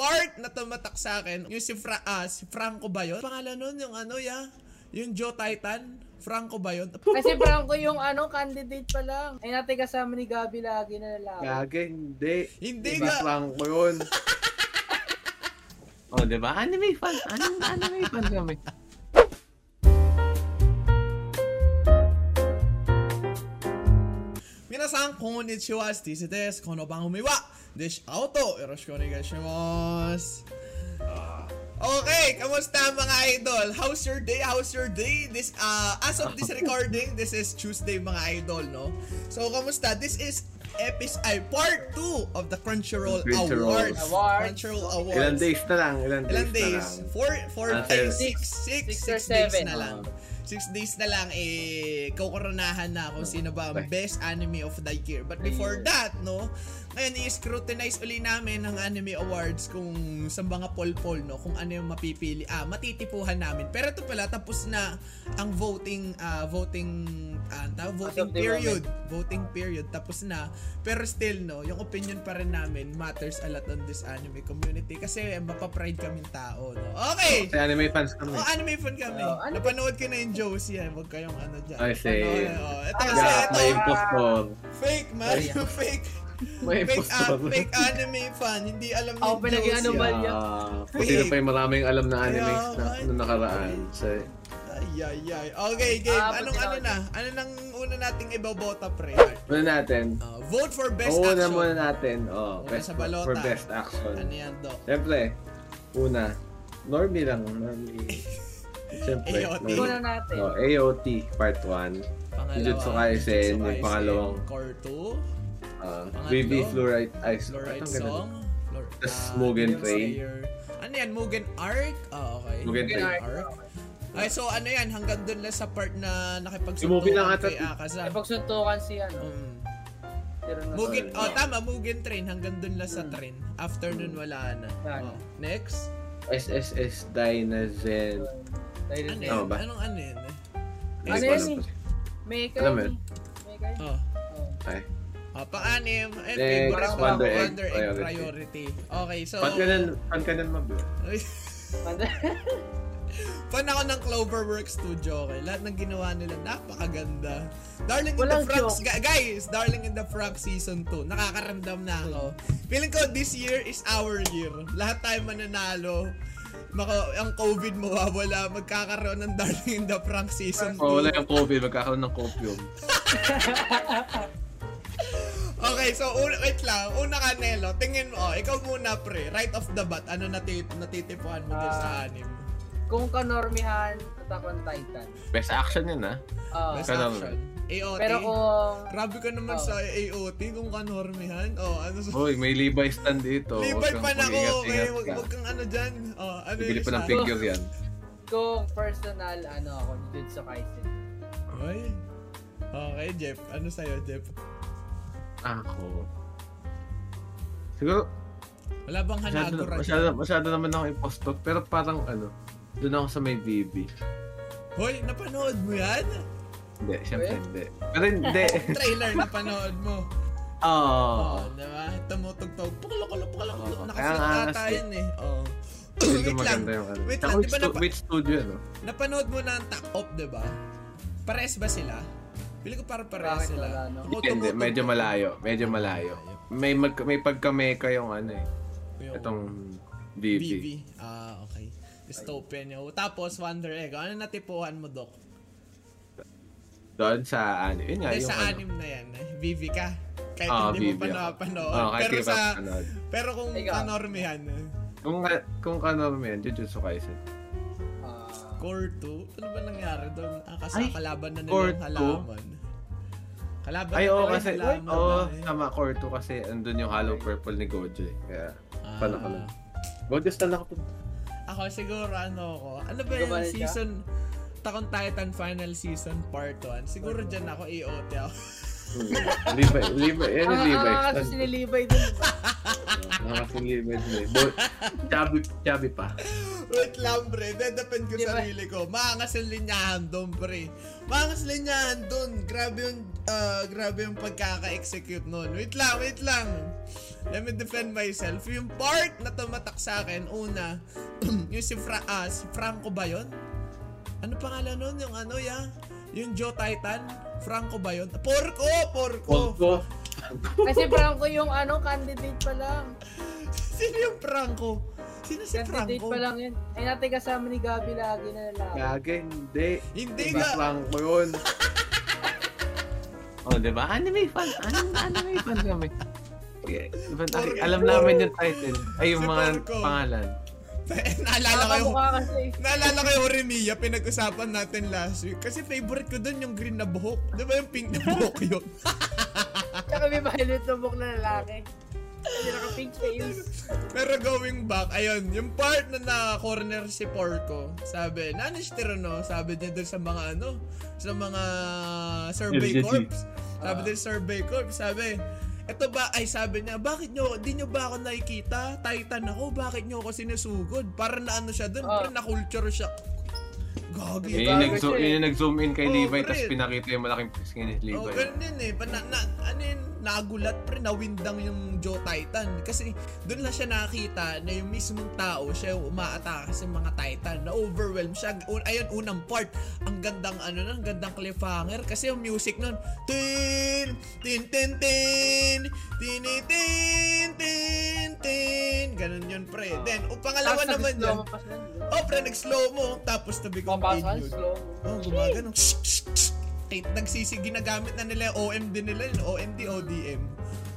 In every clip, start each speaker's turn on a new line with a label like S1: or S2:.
S1: part na tumatak sa akin, yung si, Fra ah, si Franco ba yun? Pangalan nun, yung ano ya? Yung Joe Titan? Franco ba yun?
S2: Kasi Franco yung ano, candidate pa lang. Ay natin kasama ni Gabi lagi na lalaki.
S3: Gage, hindi.
S1: Hindi
S3: Iba
S1: nga.
S3: Franco yun.
S4: Oh, di
S1: diba?
S4: ba? Anime fan. Anime, anime fan kami.
S1: Minasang konnichiwa, TC Des, kono bang umiwa? Dish auto, yoroshiku onegaishimasu. Ah. Okay, kamusta mga idol? How's your day? How's your day? This uh, as of this recording, this is Tuesday mga idol, no? So kamusta? This is episode ay part 2 of the Crunchyroll,
S3: Crunchyroll.
S1: Awards.
S2: Awards.
S1: Crunchyroll Awards.
S3: Ilan days na lang, ilan days,
S1: Ilan days?
S3: na lang.
S1: 4
S3: Ah,
S1: 4 days,
S3: seven.
S1: 6 6
S2: Six or
S1: 6 days
S2: seven. Oh.
S1: na lang. 6 days na lang eh kokoronahan na kung sino ba ang
S3: Okay.
S1: best anime of the year. But before that, no, ngayon i-scrutinize uli namin ang anime awards kung sa mga polpol, no, kung ano yung mapipili. Ah, matitipuhan namin. Pero ito pala tapos na ang voting ah, voting ah, ano tawag? voting
S2: of the
S1: period, voting period tapos na. Pero still no, yung opinion pa rin namin matters a lot on this anime community kasi mapapride kaming tao, no. Okay.
S3: Kasi anime fans kami.
S1: Oh, anime fan kami.
S2: Oh, anime-
S1: Napanood ko na yung Josie. Eh. Huwag kayong ano dyan.
S3: Ay, same.
S1: Napanood, oh. Ito
S2: Ah,
S1: kasi,
S3: Yak,
S1: ito.
S3: may impostor.
S1: Fake, man.
S4: Sorry, ah.
S1: fake.
S4: May
S1: Fake, ah,
S4: impostor.
S1: fake anime fan. Hindi alam ni
S2: Ako pinaging
S1: Josie.
S2: ano ba?
S1: ah.
S3: Ah, kung sino pa yung maraming alam na anime
S1: Kaya, eh.
S3: na,
S1: man.
S3: na nakaraan. So,
S1: ah. Ay, ay, ay. Okay, game.
S2: Ah,
S1: Anong ano
S2: buti na
S1: na? Ano nang una nating ibabota, pre?
S3: muna natin.
S1: Ah, vote for best
S3: Oo na
S1: action.
S3: muna natin. Oh,
S1: Una
S3: best
S1: sa balota.
S3: for best action.
S1: Ano yan, Doc?
S3: Siyempre, una, normie lang. Normie. Siyempre.
S1: AOT.
S3: normie.
S2: Una natin.
S3: Oh, AOT Part 1.
S1: Pangalawa.
S3: Jujutsu Kaisen,
S1: Jujutsu
S3: may
S1: Kaisen,
S3: pangalawang-
S1: Core 2.
S3: Uh,
S1: Pangatlo,
S3: Baby Fluorite Ice.
S1: Fluorite
S3: Anong ganun?
S1: Song. Flor-
S3: Tapos
S1: ah,
S3: Mugen
S1: Demon
S3: Train.
S1: Slayer. Ano yan? Mugen Arc? Ah, okay.
S3: Mugen Train.
S1: Arc. Ay, so ano yan? Hanggang dun lang sa part na nakipagsuntukan
S3: Yung movie lang ata-
S1: kay Akaza.
S2: Ay pagsuntukan si ano.
S1: Um,
S2: Pero na-
S1: Mugen, oh tama, Mugen Train. Hanggang dun lang sa train. After nun, wala na.
S2: Mm. Wala na.
S1: Oh, next.
S3: SSS Dinazen.
S2: Dahil
S1: Ano
S2: na-
S1: yan?
S3: Ano ba?
S1: Anong ano yun? eh?
S2: Ano
S3: Hindi ko
S2: yan
S3: alam
S2: eh?
S3: pa-
S2: Mega
S3: Alam mo
S2: yun
S3: yun?
S2: eh. Mega yun.
S1: Oh.
S2: Oh.
S3: Ay.
S1: Oh, pang-anim. And
S3: Next,
S1: favorite mo, Wonder,
S2: Wonder
S3: Egg
S1: Egg, Priority.
S3: Priority.
S1: Okay, so...
S3: Pan ka nan, pan ka nan mablo.
S1: Fan ako ng Cloverwork Studio, okay? Lahat ng ginawa nila, napakaganda. Darling in
S2: Walang
S1: the Franxx, gu- guys, Darling in the Franxx Season 2, nakakaramdam na ako. Feeling ko this year is our year. Lahat tayo mananalo. Maka, ang COVID mawawala, magkakaroon ng Darling in the Franxx Season 2.
S3: Oh, wala yung COVID. Magkakaroon ng copium.
S1: Okay, so una, wait lang. Una ka, Nelo. Tingin mo, oh, ikaw muna, pre. Right off the bat, ano natit natitipuan mo dun sa
S2: Ah.
S1: anime?
S2: Kung kanormihan, Attack on Titan.
S4: Best action yun, ah.
S2: Ah,
S1: Best
S4: Ganun.
S1: action. Eh, oh, AOT.
S2: pero kung
S1: Grabe ka naman
S2: Oo.
S1: sa AOT kung kanormihan. Oh, ano sa...
S4: Uy, may Levi stand dito.
S1: Libay pa na ako. Okay, wag,
S4: ka.
S1: wag kang ano dyan. Oh, ano
S4: Bibili
S1: yung
S4: pa ng
S1: isa?
S4: figure yan.
S2: kung personal ano ako Jujutsu Kaisen.
S1: Ay. Okay, Jeff. Ano sa'yo, Jeff?
S4: Ako. Siguro,
S1: Wala bang
S4: masyado,
S1: hanagura
S4: masyado, masyado naman ako impostor. Pero parang ano, doon ako sa may BB.
S1: Hoy, napanood mo yan?
S4: Hindi, syempre
S1: Oh,
S2: Eh?
S4: hindi. Pero hindi.
S1: Trailer napanood mo.
S4: Oo.
S1: Oo, diba? Tumutugtog. Pakalokalo, pakalokalo.
S4: Oo, kaya nga,
S1: Nakaflat ata
S4: kasi-
S1: yun eh. Oo.
S4: Hindi
S1: Wait lang.
S4: maganda yung ano.
S1: Wait
S4: Tsaka
S1: lang, di
S4: which
S1: ba
S4: stu-
S1: napa-
S4: which studio, no?
S1: Napanood mo na ang Tack Off, diba? Pares ba sila? Pili ko para pares
S2: Bakit wala,
S1: sila.
S2: no?
S1: Ako
S4: Depende,
S1: tumutugtog.
S4: medyo malayo. Medyo malayo. May, mag, may pagkameka yung ano eh.
S1: Yung-
S4: Itong BB.
S1: BB. Ah, okay. Dystopian yun. Tapos, Wonder Egg. Ano natipuhan mo, Doc?
S4: Doon sa ano. Yun nga,
S1: Dahil
S4: yung
S1: sa
S4: ano.
S1: anim na yan. eh. BB ka. Kahit
S4: Ah,
S1: hindi
S4: BB
S1: mo pa
S4: ako.
S1: napanood.
S4: Ah, kahit
S1: pero
S4: di pa
S1: sa...
S4: napanood.
S1: Pero kung
S2: Ikaw.
S1: kanormihan. eh.
S4: Kung, ka- kung ano man, Jujutsu Kaisen.
S2: Ah,
S1: Core 2. Ano ba nangyari doon? Ah, kasi
S4: Ay,
S1: kalaban na nila
S4: Core
S1: yung
S4: 2?
S1: halaman. Kalaban
S4: Ay,
S1: na
S4: oo
S1: nila yung
S4: kasi,
S1: halaman.
S4: oo,
S1: eh.
S4: tama, core 2 kasi andun yung hollow purple ni Gojo eh. Kaya,
S1: Ah.
S4: paano ko lang. Gojo stand ako.
S1: Ako siguro ano ko. Ano ba
S2: Ikaw
S1: yung
S2: ba rin siya?
S1: season? Takon Titan Final Season Part 1. Siguro dyan ako AOT ako.
S4: Hmm. Levi, Levi, yan yung
S2: ang
S4: Levi.
S2: ang Ah, kasi
S4: Stand. Ah,
S2: sinilibay dun.
S4: Nakakasing Levi. Bo- eh. Chubby, chubby pa.
S1: Wait lang, pre. Dedepend ko
S2: Di ba?
S1: sarili ko. Maangas ang linyahan doon, pre. Maangas linyahan doon. Grabe yung, ah, grabe yung pagkaka-execute noon. Wait lang, wait lang. Let me defend myself. Yung part na tumatak sa akin, una, yung si, Fra ah, si Franco ba yun? Ano pangalan nun? Yung ano, ya? Yung Joe Titan? Franco ba yun? Porco! Porco!
S4: Porco.
S2: Kasi Franco yung ano, candidate pa lang.
S1: Sino yung Franco? Sino si
S2: Candidate
S1: Franco?
S2: pa lang yun. Ay natin kasama ni Gabi lagi na lalaki.
S4: Gaga, hindi.
S1: Hindi
S4: Iba
S1: ka.
S4: lang ko yun. oh, di ba? Anime fan. Anime, anime fan kami. Okay. Diba,
S1: Porco.
S4: alam namin yung title. Ay, yung
S1: Si
S4: mga
S1: Porco.
S4: pangalan.
S1: Naalala ko yung...
S2: Nakakamukha kasi.
S1: Naalala ko yung Remia, pinag-usapan natin last week. Kasi favorite ko dun yung green na buhok. Di ba yung pink na buhok yun?
S2: Tsaka may violet na buhok na lalaki. Kasi naka-pink face.
S1: Pero going back, ayun, yung part na na-corner si Porco, sabi, nanishtiro no, sabi niya dun sa mga ano, sa mga survey
S4: LGT.
S1: corps. Sabi din survey corps, sabi, eto ba, ay sabi niya, bakit nyo, di nyo ba ako nakikita? Titan ako, bakit nyo ako sinusugod? Para na ano siya dun,
S2: Ah.
S1: para na-culture siya. Gagi.
S4: Yun
S1: gagi.
S4: yung nag-zoom, yun yung nag-zoom in kay
S1: Oh,
S4: Levi,
S1: pre.
S4: tapos pinakita yung malaking pisngi ni
S2: Diba
S4: Levi.
S1: Oh, ganun yun eh. Pan- na, na, ano yun, nagulat pre, nawindang yung Joe Titan. Kasi doon lang siya nakita na yung mismong tao, siya yung umaatake sa mga Titan. Na-overwhelm siya. Un- ayun, unang part. Ang gandang ano nun, ang gandang cliffhanger. Kasi yung music nun, tin, tin, tin, tin, tin, tin, tin, tin. Ganun yun pre. Then, o pangalawa
S2: Ah. Tapos
S1: naman
S2: nag-slow
S1: yun.
S2: mo pa siya.
S1: Oh, pre, nag-slow mo. Tapos to be
S2: Papasal,
S1: continued.
S2: slow.
S1: Oh, gumaganong. Shh, shh, shh. Kahit nagsisi, ginagamit na nila yung OM din nila yun. OMD, ODM.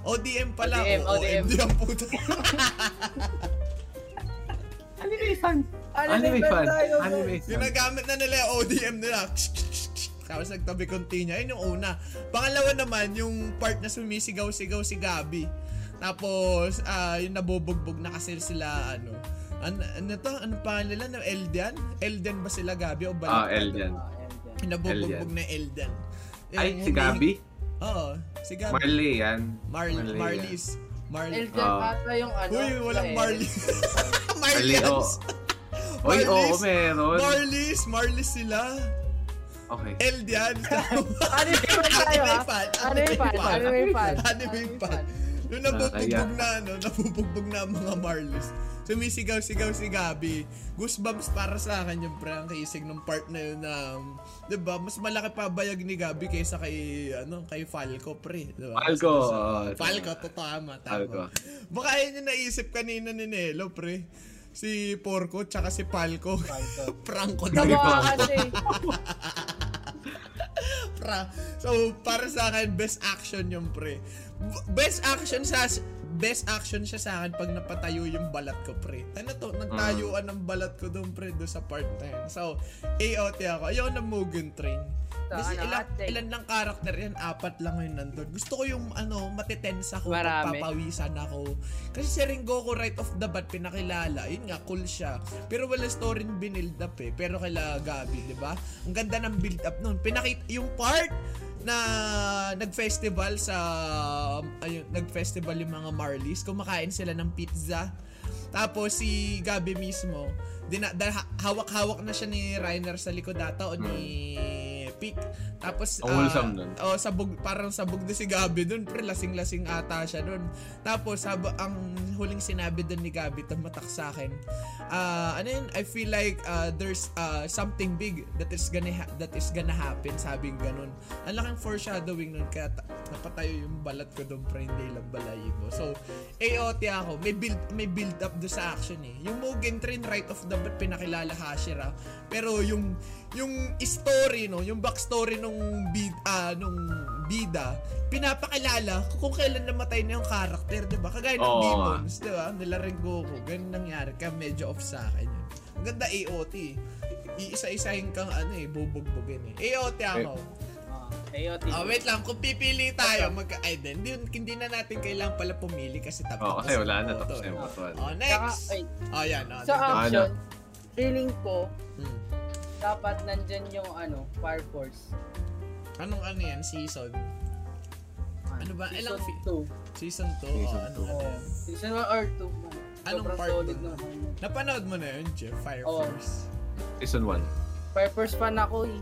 S1: ODM pala.
S2: ODM,
S1: oo,
S2: ODM.
S1: OMD ang puta.
S4: Anime fan.
S2: Ano
S4: Anime fan.
S2: Tayo,
S4: Anime
S2: man?
S4: fan.
S1: ginagamit na nila yung ODM nila. Shh, shh, shh, shh. Tapos nagtabi continue. Ayun yung una. Pangalawa naman, yung part na sumisigaw-sigaw si Gabi. Tapos, ah, yung nabubugbog na kasi sila, ano, ano, ano to? Ano pa nila? Ano, Eldian? Eldian ba sila, Gabi? O
S4: Ah,
S1: Baliktad?
S4: L yan.
S2: Ah, ayan, ayan.
S1: Yung Nabubugbog
S4: Eldian.
S1: na Eldian.
S4: Ay,
S1: Yung
S4: si
S1: humi-
S4: Gabi.
S1: Oo, si Gabi.
S4: Marley yan.
S1: Marley,
S4: Marley,
S1: Marlies. Marley.
S2: Eljan
S4: Ah.
S2: ata yung ano.
S1: Uy, walang
S2: eh.
S1: Marley.
S4: Marley, oo.
S1: Marlies.
S4: Oy, oo,
S1: Marlies.
S4: meron.
S1: Marlies, Marlies sila.
S4: Okay.
S1: Eldian.
S2: Anime Ano fan tayo
S1: Anime
S2: ha?
S1: Ano fan.
S2: Anime fan. Ano Anime fan.
S1: Anime fan. Nung nabubugbog
S4: Nakakaya.
S1: na, ano, nabubugbog na ang mga Marlies. Sumisigaw-sigaw si Gabi. Goosebumps para sa akin yung pre, ang kaisig ng part na yun na, um, 'di ba mas malaki pa bayag ni Gabi kaysa kay, ano, kay Falco, pre. 'di ba?
S4: Falco,
S1: Sa- sa-
S4: oo, tama.
S1: Falco, to tama, tama.
S4: Falco.
S1: Baka yun yung naisip kanina ni Nelo, pre. Si Porco, tsaka si Falco. Franco daw.
S2: Kamukha kasi.
S1: Pra. So, para sa akin, best action yung pre. B- Best action sa best action siya sa akin pag napatayo yung balat ko, pre. Ano to? Nagtayuan ng balat ko doon, pre, doon sa part na yun. So, AOT ako. Ayoko ng Mugen Train. Kasi
S2: Saan
S1: ilan,
S2: natin?
S1: ilan lang karakter yan, apat lang ngayon nandun. Gusto ko yung ano, matitense ako,
S2: Marami.
S1: papawisan ako. Kasi si Rengoku right off the bat pinakilala. Yun nga, cool siya. Pero wala story yung binild up eh. Pero kala Gabi, di ba? Ang ganda ng build up nun. Pinakita yung part na nag-festival sa ayun, nag-festival yung mga Marlies, kumakain sila ng pizza. Tapos si Gabi mismo, dina, dahil ha- hawak-hawak na siya ni Rainer sa likod ata o ni Pick. Tapos
S4: Ang
S1: ah,
S4: wholesome nun.
S1: Oh, sabog, parang sabog na si Gabi dun. Pre, lasing-lasing ata siya dun. Tapos, hab- ang huling sinabi dun ni Gabi, tumatak sa akin. Ah, ano yun? I feel like ah, there's ah, something big that is gonna ha- that is gonna happen, sabing ganun. Ang laking foreshadowing nun, kaya ta- napatayo yung balat ko dun, pre, hindi lang balayin mo. So, AOT ako. May build, may build up do sa action eh. Yung Mugen Train right off the bat pinakilala Hashira. Pero yung yung story no, yung backstory nung bid ah, nung bida, pinapakilala kung kailan namatay na yung character, 'di ba? Kagaya ng
S4: Oo nga.
S1: Demons, 'di ba? Nila rin Goku, ganun nangyari kaya medyo off sa akin yun. Ang ganda AOT. eh. Iisa-isahin kang ano eh, bubugbugin eh. AOT ako.
S2: Ah, AOT.
S1: Ah, wait lang, kung pipili tayo, magka ay, then, hindi, hindi na natin kailangan pala pumili kasi tapos
S4: Oo, kasi wala na. Tapos
S1: photo,
S4: na yung batuan.
S1: Oh,
S2: Tsaka,
S1: next.
S2: ay,
S1: oh, yan. Oh,
S4: Ano?
S2: sa
S1: dito.
S2: action, feeling ko,
S1: Hmm.
S2: dapat nandyan yung ano, Fire Force.
S1: Anong ano yan? Season? Ano ba? Ilang
S2: Season
S1: fi-
S2: 2.
S1: Season 2? oh,
S4: Season
S1: ano
S4: two.
S1: ano
S2: Oh,
S1: yan?
S2: season 1 or 2.
S1: Anong
S2: Sobrang
S1: part
S2: solid
S1: nun?
S2: nun.
S1: Napanood mo na yun, Jeff? Fire
S2: Oo.
S1: Force.
S4: Season 1.
S2: Fire Force fan ako eh.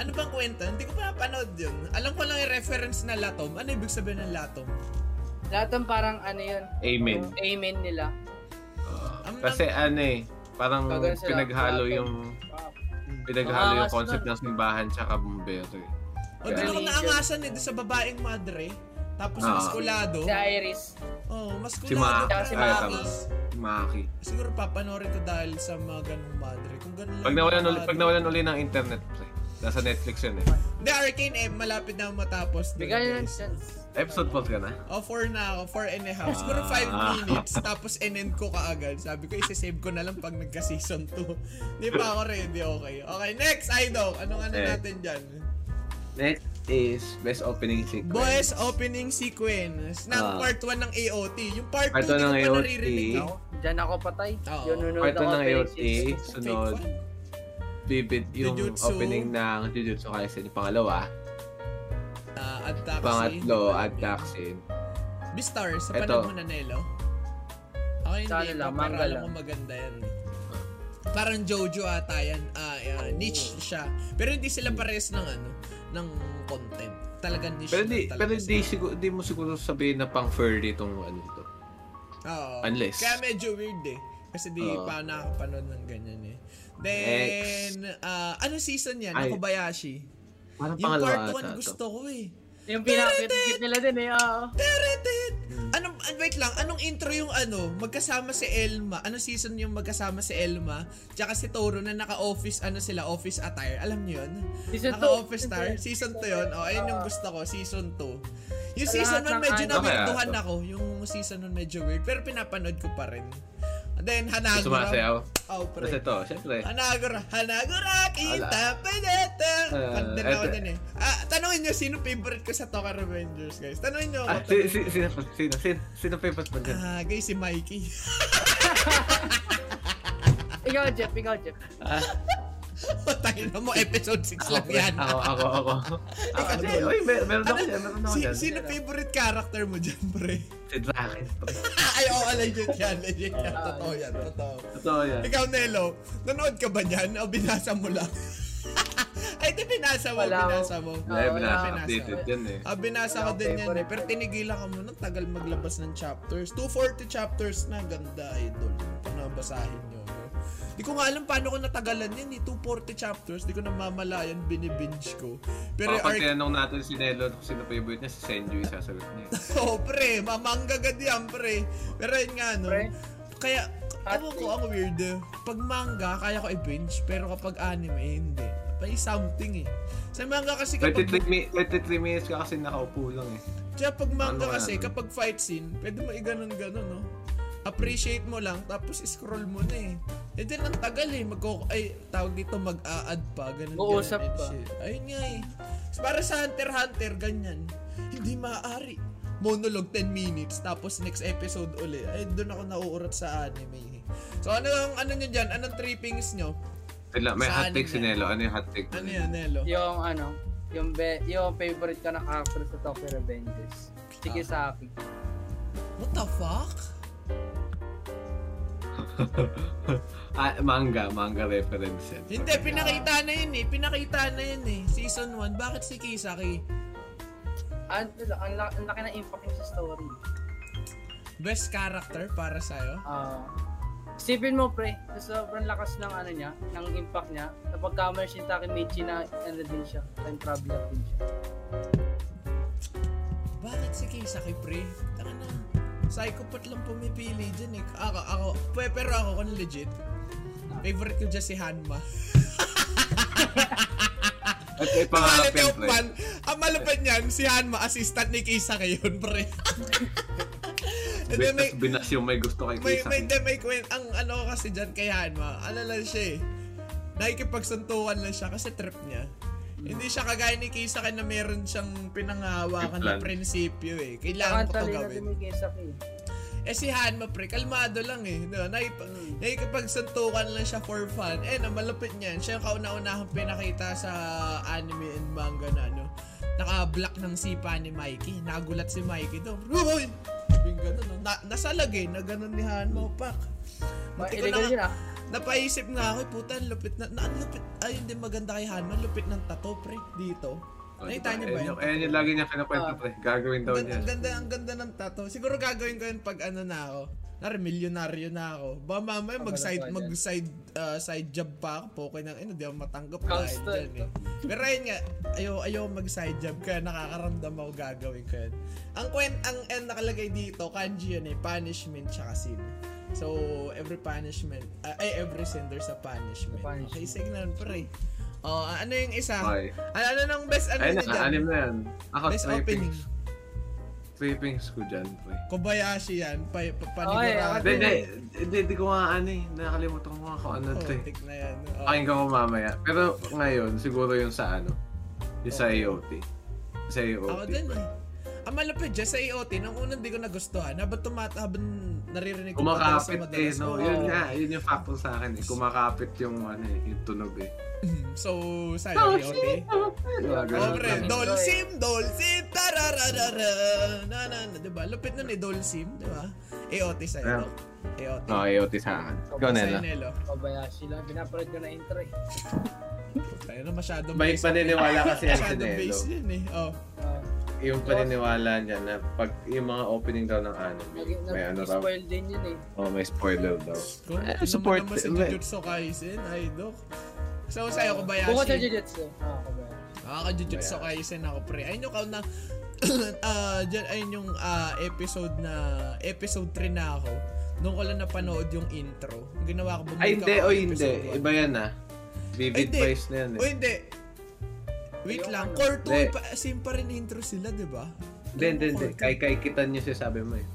S1: Ano bang kwento? Hindi ko pa napanood yun. Alam ko lang yung reference na latom. Ano ibig sabihin ng latom?
S2: Lahat ng parang ano yun.
S4: Amen.
S2: yung Amen nila.
S1: Ang-
S4: Kasi ano eh, parang
S2: Kagano sila,
S4: pinaghalo
S1: eh.
S2: plato.
S4: yung
S2: Wow.
S4: pinaghalo yung
S2: Nakakasunod.
S4: concept ng simbahan tsaka bumbero eh.
S1: O doon ako
S2: Religion.
S1: naangasan eh, doon sa babaeng madre. Tapos
S4: Ah.
S1: maskulado.
S2: Si Iris.
S1: Oh, maskulado.
S4: Si Ma-
S1: pa
S2: si
S1: yung
S2: Ma-
S1: Iris.
S4: Maki.
S1: Siguro papanorin ko dahil sa mga ganung madre. Kung ganun lang.
S4: Pag nawalan
S1: yung
S4: uli,
S1: madre.
S4: pag nawalan uli ng internet pre. Nasa Netflix yun eh.
S1: Hindi, Arcane eh, malapit na matapos. din,
S2: Bigyan nyo ng
S1: guys.
S2: chance.
S4: Episode 4 ka na.
S1: Oh, four na ako. Four and a half. Siguro five
S4: Ah.
S1: minutes. Tapos end ko kaagad. Sabi ko, isi-save ko na lang pag nagka-season 2. Hindi pa ako ready. Okay. Okay, next, Idol. Anong ano
S4: Eh.
S1: natin dyan?
S4: Next is best opening sequence.
S1: Boys opening sequence ng
S4: Ah.
S1: part 1 ng AOT. Yung part 2,
S4: Part
S1: hindi
S4: one
S1: ko
S4: ng
S1: pa
S4: AOT.
S1: naririnig ako.
S2: Diyan ako patay.
S1: Oo.
S2: Yun, nunod
S4: Part 1
S2: ako eh.
S4: ng
S2: kay
S4: AOT,
S2: Alexis.
S4: sunod
S1: Fake one.
S4: Vivid yung
S1: Jujutsu.
S4: opening ng Jujutsu Kaisen, yung pangalawa,
S1: Ah, at taxi.
S4: pangatlo at Daxin.
S1: Bistar, sa
S4: Eto.
S1: panood mo na Nelo? Ako hindi,
S2: Sa ano lang,
S1: pa, pero
S2: manga
S1: alam
S2: lang.
S1: ko maganda yan. eh.
S4: Ah.
S1: Parang Jojo ata yan. Ah, ah, niche siya. Pero hindi sila pares ng ano, ng content. Talagang niche
S4: Pero di,
S1: lang talaga
S4: pero
S1: sila.
S4: di, siguro, di mo siguro sabihin na pang furry itong ano to.
S1: Oo.
S4: Unless-
S1: Kaya medyo weird eh. Kasi di
S4: Oo.
S1: pa nakakapanood ng ganyan eh. Then, ah, ano season yan?
S4: Ay.
S1: Kobayashi.
S4: Parang
S1: Yung part 1
S4: pangalawa ata to.
S1: gusto ko eh.
S2: Yung pinapit nila din eh. Oo.
S1: Teretet! Anong, ah, wait lang, anong intro yung ano, magkasama si Elma, anong season yung magkasama si Elma, tsaka si Toro na naka-office, ano sila, office attire, alam niyo yun?
S2: Season
S1: Naka-office
S2: 2.
S1: attire, season 2 yun, o, ayun yung gusto ko, season 2. Yung
S2: Lahat
S1: season 1
S2: ng
S1: medyo
S2: ano.
S1: nabintuhan
S4: Okay,
S1: ako, yung season 1 medyo weird, pero pinapanood ko pa rin. And then, Hanagura.
S4: Sumasayaw.
S1: Oh, pre.
S4: Tapos ito, syempre.
S1: Hanagura, Hanagura, kita, panata.
S4: Ah,
S1: Kanta na ako
S4: eto.
S1: dun eh. Ah, tanungin nyo, sino favorite ko sa Toka Revengers, guys? Tanungin nyo
S4: Ah,
S1: ako.
S4: si, si, sino, sino, sino, sino favorite mo dyan?
S1: Ah, guys, si Mikey.
S2: Ikaw, Jeff. Ikaw, Jeff.
S4: Ah,
S1: Patay na mo, episode 6
S4: ako,
S1: lang yan.
S4: ako, ako, ako. Ah,
S1: Ikaw,
S4: Kasi,
S1: Dol.
S4: uy, mer- meron ako
S1: Ano?
S4: dyan, meron ako
S1: Si,
S4: dyan.
S1: sino favorite character mo dyan, pre?
S4: Si Draken. pre.
S1: Ay, oo, oh, legit yan, legit yan.
S4: Ah.
S1: Totoo yan, totoo.
S4: Totoo yan.
S1: Ikaw, Nelo, nanood ka ba dyan? O binasa mo lang? Ay, di binasa mo,
S2: Wala ako.
S1: binasa mo.
S4: Hindi,
S2: Oo,
S4: binasa,
S1: wala.
S4: updated yan eh.
S1: Ah, binasa ko
S2: Wala
S1: din yan
S2: favorite
S1: eh. Pero
S2: ko.
S1: tinigilan ka muna. Tagal maglabas ng chapters. 240 chapters na. Ganda, idol. Ito na basahin nyo. no? Di ko nga alam paano ko natagalan yan eh. 240 chapters. Di ko namamalayan. Binibinge ko. Pero
S4: Pero
S1: yung
S4: pag
S1: arc...
S4: tinanong natin si Nelo kung sino favorite niya, si Senju yung sasagot niya.
S1: Oh, pre. Mamanggagad yan, pre. Pero yun nga, no.
S2: Pre.
S1: Kaya,
S2: Hot
S1: ako ko,
S2: take.
S1: ang weird. eh. Pag manga, kaya ko i-binge. Pero kapag anime, hindi. May something eh. Sa manga kasi kapag
S4: 23, mi- 23 minutes ka kasi nakaupo lang eh.
S1: Kaya pag manga
S4: Ano
S1: kasi,
S4: yan?
S1: kapag fight scene, pwede mo iganon-ganon, no? Appreciate mo lang, tapos scroll mo na eh. Eh din, ang tagal eh. Magko, ay, tawag dito mag-a-add pa, ganun
S2: Uusap
S1: and
S2: pa.
S1: shit. Ayun nga eh. Para sa Hunter x Hunter, ganyan. Hindi maaari. Monologue 10 minutes, tapos next episode uli. Ay, doon ako nauurat sa anime. eh. So, ano ang ano nyo dyan? Anong trippings nyo?
S4: Sila, may
S1: Sa
S4: hot take
S1: anime.
S4: si Nelo. Ano yung hot take? mo?
S1: Ano yan, Nelo?
S2: Yung ano, yung, be, yung favorite ka na character sa Tokyo Revengers. Sige
S1: Ah.
S2: sa akin.
S1: What the fuck?
S4: ah, manga, manga reference yan.
S1: Hindi, pinakita na yun eh. Pinakita na yun eh. Season 1. Bakit si Kisaki?
S2: Ang, ang, la- ang laki na impact niya sa story.
S1: best character para sa'yo?
S2: Ah. isipin mo pre, sa sobrang lakas ng ano niya, ng impact niya, kapag kamera si Takemichi na ano din siya, time traveler din siya.
S1: Bakit si Kisaki, pre? Taka na. Psychopath lang pumipili dyan eh. Ako, ako, pe- pero ako kung legit, favorite ko dyan si Hanma.
S4: At yung pangarap
S1: Pangalit
S4: yan,
S1: yung
S4: pre.
S1: fan. Ang malupit niyan, si Hanma, assistant ni Kisaki yun, pre. And then may,
S4: Binas, binas yung may gusto kay
S1: may,
S4: Kisa.
S1: may, may, may kwent, ang ano kasi dyan kay Hanma, ano lang siya eh. Nakikipagsuntukan lang siya kasi trip niya. Hindi siya kagaya ni Kisaki na meron siyang pinangawakan na
S4: Plan.
S1: prinsipyo eh.
S2: Saka
S1: Kailangan
S2: ang
S1: ko to
S2: talino
S1: gawin.
S2: din ni Kisaki.
S1: Eh si Hanma pre, kalmado lang eh. No, nakip-
S2: Hmm.
S1: nakikipagsuntukan lang siya for fun. Eh, ang malapit niyan. Siya yung kauna-unahang pinakita sa anime and manga na ano. Naka-black ng sipa ni Mikey. Nagulat si Mikey doon. Uy! sinabing ganun. No? Na, nasa lagay na ganun ni Han Mopak.
S2: Ma-
S1: Buti ko
S2: illegal
S1: na-
S2: yun ah.
S1: Napaisip nga ako, eh, puta, ang lupit na, na ang lupit, ayun din maganda kay Han, ang lupit ng tato, pre, dito. Nakita niyo ba yun?
S4: Ayun, ayun Oh, diba? Eh, yung lagi niya kinakwento,
S2: Ah.
S4: pre. Gagawin daw
S1: Ang
S4: niya.
S1: ganda, ang ganda, ang ganda ng tato. Siguro gagawin ko yun pag ano na ako. Nari, milyonaryo na ako. Ba mamaya mag side,
S2: Pagano pa
S1: mag
S2: yan.
S1: side, ah, side job pa ako. Pokey ng ina, di ako matanggap
S2: Constant.
S1: dahil dyan eh. Pero ayun nga, ayaw, ayaw mag side job kaya nakakaramdam ako gagawin ko yun. Ang kwen, ang N nakalagay dito, kanji yun eh, punishment tsaka sin. So, every punishment, ah, ay, every sin, there's a punishment.
S2: Punishment.
S1: Okay, signal, pre. Oh, ano yung isa?
S4: Okay.
S1: Ano, ano ng best, ano
S4: Ayun
S1: yun
S4: na, anim
S1: dyan?
S4: na yan. Ako,
S1: Best
S4: three
S1: opening.
S4: pings. Three pings ko dyan, pre.
S1: Kobayashi yan, pa, pa,
S2: ako
S4: Hindi,
S1: panigurado.
S2: din.
S4: hindi. Hindi, hindi ko nga ano eh. Nakalimutan ko nga kung ano
S1: Oh,
S4: to eh.
S1: tik na yan. Oh.
S4: Pakinggan ko mamaya. Pero ngayon, siguro yung sa ano. Yung sa
S1: Okay.
S4: IoT. Sa IoT.
S1: Oh. Ako din eh. Ang malapit dyan sa IoT, nung unang di ko nagustuhan, habang tumata, habang naririnig ko pa tayo
S4: Kumakapit eh,
S1: oo.
S4: no? Yun nga, yun yung factor sa akin eh. Kumakapit yung ano eh, yung tunog eh.
S1: So, sa'yo, IoT.
S4: Diba, ganun
S1: Pobre,
S4: lang eh.
S1: Dolsim, Dolsim, tarararara, na na na, diba? Lupit nun eh, Dolsim, diba? IoT sa'yo,
S4: Yeah.
S1: no? IoT.
S4: Oo, IoT sa akin. Ikaw,
S1: Sa'yo,
S4: Nela.
S1: Nelo.
S2: Kobayashi lang. Pinaparad ko na intro eh.
S1: Tayo na masyadong
S3: May
S1: base.
S3: paniniwala kasi yan si
S1: Masyadong
S3: Nelo.
S1: base yun eh. Oh.
S2: Ah,
S3: Yung paniniwala niya na pag yung mga opening daw ng anime,
S2: nag-
S3: may ano raw.
S2: Nag-spoil din yun eh.
S4: Oo, Oh, may spoiler daw.
S1: Kung
S4: Eh,
S1: ano
S4: support-
S1: naman si
S4: eh,
S1: Jujutsu Kaisen, ay, Dok. So, sa'yo, Kobayashi.
S2: Bukod sa Jujutsu. Ah, Kobayashi.
S1: Nakaka Jujutsu Kaisen ako pre. Ayun yung count na ah dyan, ayun yung ah, episode na episode 3 na ako. Doon ko lang napanood yung intro. Ginawa ko bumalik
S4: Ay, hindi,
S1: ako
S4: o
S1: ng
S4: hindi.
S1: episode
S4: Iba yan ah. Vivid
S1: Hindi.
S4: vibes na yan
S1: 1. O
S4: eh.
S1: hindi. Wait
S2: Ayoko
S1: lang.
S2: na.
S1: Core 2,
S4: Hindi.
S1: pa, same pa rin intro sila, di ba?
S4: Hindi, hindi, hindi. Kay, kay kitan niyo siya sabi mo eh.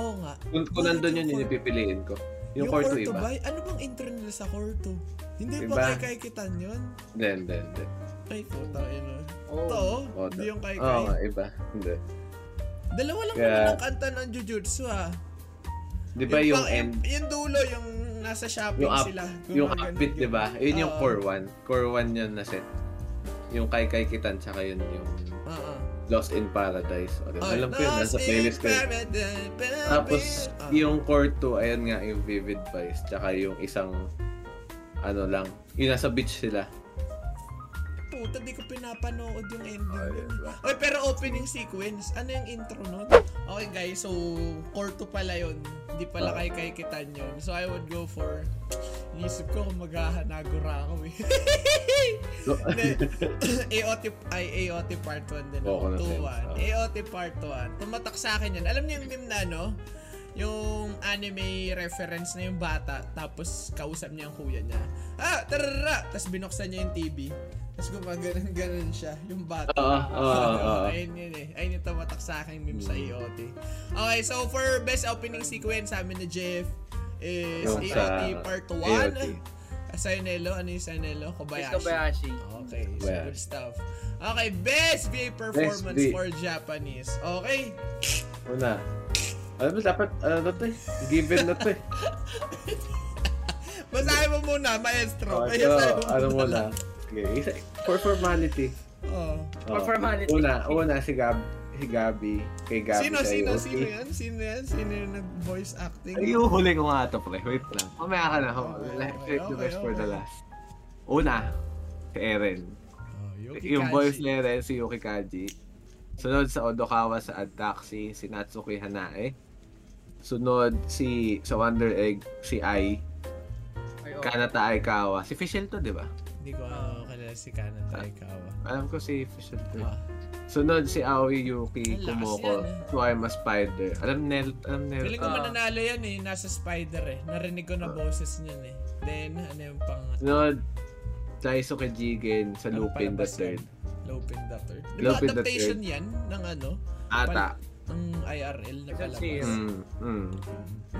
S1: Oo nga.
S4: Kung, kung
S1: Bakit
S4: nandun yun,
S1: yung
S4: yun yung
S1: core-
S4: pipiliin ko. Yung, core 2 iba.
S1: ba? Ano bang intro nila sa core 2? Hindi
S4: Iba.
S1: ba kay Kitan yun?
S4: Hindi, hindi, hindi.
S1: Ay, puta, yun.
S2: Oh.
S1: Ito,
S4: Oo,
S1: hindi yung kay
S4: Oo,
S1: Kai.
S4: nga, iba. Hindi.
S1: Dalawa lang
S4: Ah, Kaya-
S1: naman ang kanta ng Jujutsu, ah.
S4: Di ba yung
S1: pang-
S4: end?
S1: Yung dulo, yung nasa shopping
S4: Yung, up,
S1: sila.
S4: yung
S1: Gumagano-
S4: upbeat, di ba? Yun yung
S1: Oo.
S4: core 1. Core 1 yun na set. Yung kay kay kitan, tsaka yun yung
S1: Oo.
S4: Lost in Paradise. Okay,
S1: Ay,
S4: alam ko yun, nasa
S1: Lost in
S4: playlist ko yun.
S1: Paradise, baby.
S4: Tapos,
S1: Ah,
S4: yung core 2, ayan nga yung Vivid Vice. Tsaka yung isang, ano lang, yung nasa beach sila.
S1: Puta, di ko pinapanood yung ending.
S4: Ay,
S1: Ay,
S4: diba?
S1: pero opening sequence. Ano yung intro nun? Okay, guys. So, core 2 pala yun. Hindi pala
S4: Ah.
S1: kay kay Kitan yun. So, I would go for... Inisip ko kung maghahanagura ako eh.
S4: So,
S1: Hindi. AOT, ay, AOT part 1 din
S4: Oo,
S1: ako.
S4: na-sense.
S1: 2-1.
S4: Oo.
S1: AOT part 1. Tumatak sa akin yan. Alam niyo yung meme na ano? Yung anime reference na yung bata, tapos kausap niya ang kuya niya. Ah, tarara! Tapos binuksan niya yung TV. Tapos gumaganon-ganon siya, yung bata. Ah,
S4: Oo, oo, oo. Hmm.
S1: Ayun yun eh. Ayun yung tumatak sa akin meme sa AOT. Okay, so for best opening sequence, sa amin na Jeff is
S4: Yung
S1: AOT
S4: sa
S1: part 1.
S4: AOT.
S1: Sayanelo, ano yung Sayanelo?
S2: Kobayashi.
S1: Kobayashi.
S2: Kobayashi.
S1: Ah, Okay, so
S4: Well.
S1: good stuff. Okay, best VA performance
S4: Best VA.
S1: for Japanese. Okay?
S4: una. Alam mo, dapat, ano na to eh. Given na to eh.
S1: Basahin mo muna, maestro.
S4: Okay, so,
S1: Basahin
S4: ano mo na. Okay, isa, for formality.
S1: Oo.
S4: Oh,
S2: For formality.
S4: Una, una, si Gab, si Gabi, kay Gabi.
S1: Sino,
S4: kay
S1: sino,
S4: Yoki.
S1: sino yan? Sino yan? Sino yung nag-voice acting?
S4: Ay, yung huli ko nga to, pre. Wait lang. Mamaya ka na. ho.
S1: Okay, okay,
S4: Let's save the
S1: okay,
S4: best for the
S1: okay.
S4: last. Una, si Eren.
S1: Oh, Yuki
S4: Yung
S1: Kaji.
S4: voice ni Eren, eh, si Yuki Kaji. Sunod sa Odokawa sa Ad Taxi, si Natsuki Hanae. Sunod si sa Wonder Egg, si Ai.
S2: Ay, oh.
S4: Kanata Aikawa. Si Fischl to, di ba?
S1: Hindi ko uh, kalala si Kanan
S4: Ah.
S1: Taikawa.
S4: Alam ko si Fischl to.
S1: Ah.
S4: Sunod si Aoi
S1: Ang
S4: Yuki
S1: lakas
S4: Kumoko.
S1: yan, eh.
S4: Suwaima Spider. Alam nel, alam nel.
S1: Feeling ko
S2: Ah.
S1: mananalo yan eh, nasa Spider eh. Narinig ko na
S4: Ah.
S1: boses niyan eh. Then, ano yung pang...
S4: Sunod, Daisuke Jigen sa
S1: Ang
S4: Lupin
S1: Ano,
S4: the
S1: palabas yan.
S4: Third.
S1: Lupin the Third. Di ba
S4: Lupin the
S1: adaptation yan ng ano?
S4: Ata.
S1: Ng IRL na
S2: Kasi
S1: palabas?
S2: si-
S4: Mm, mm.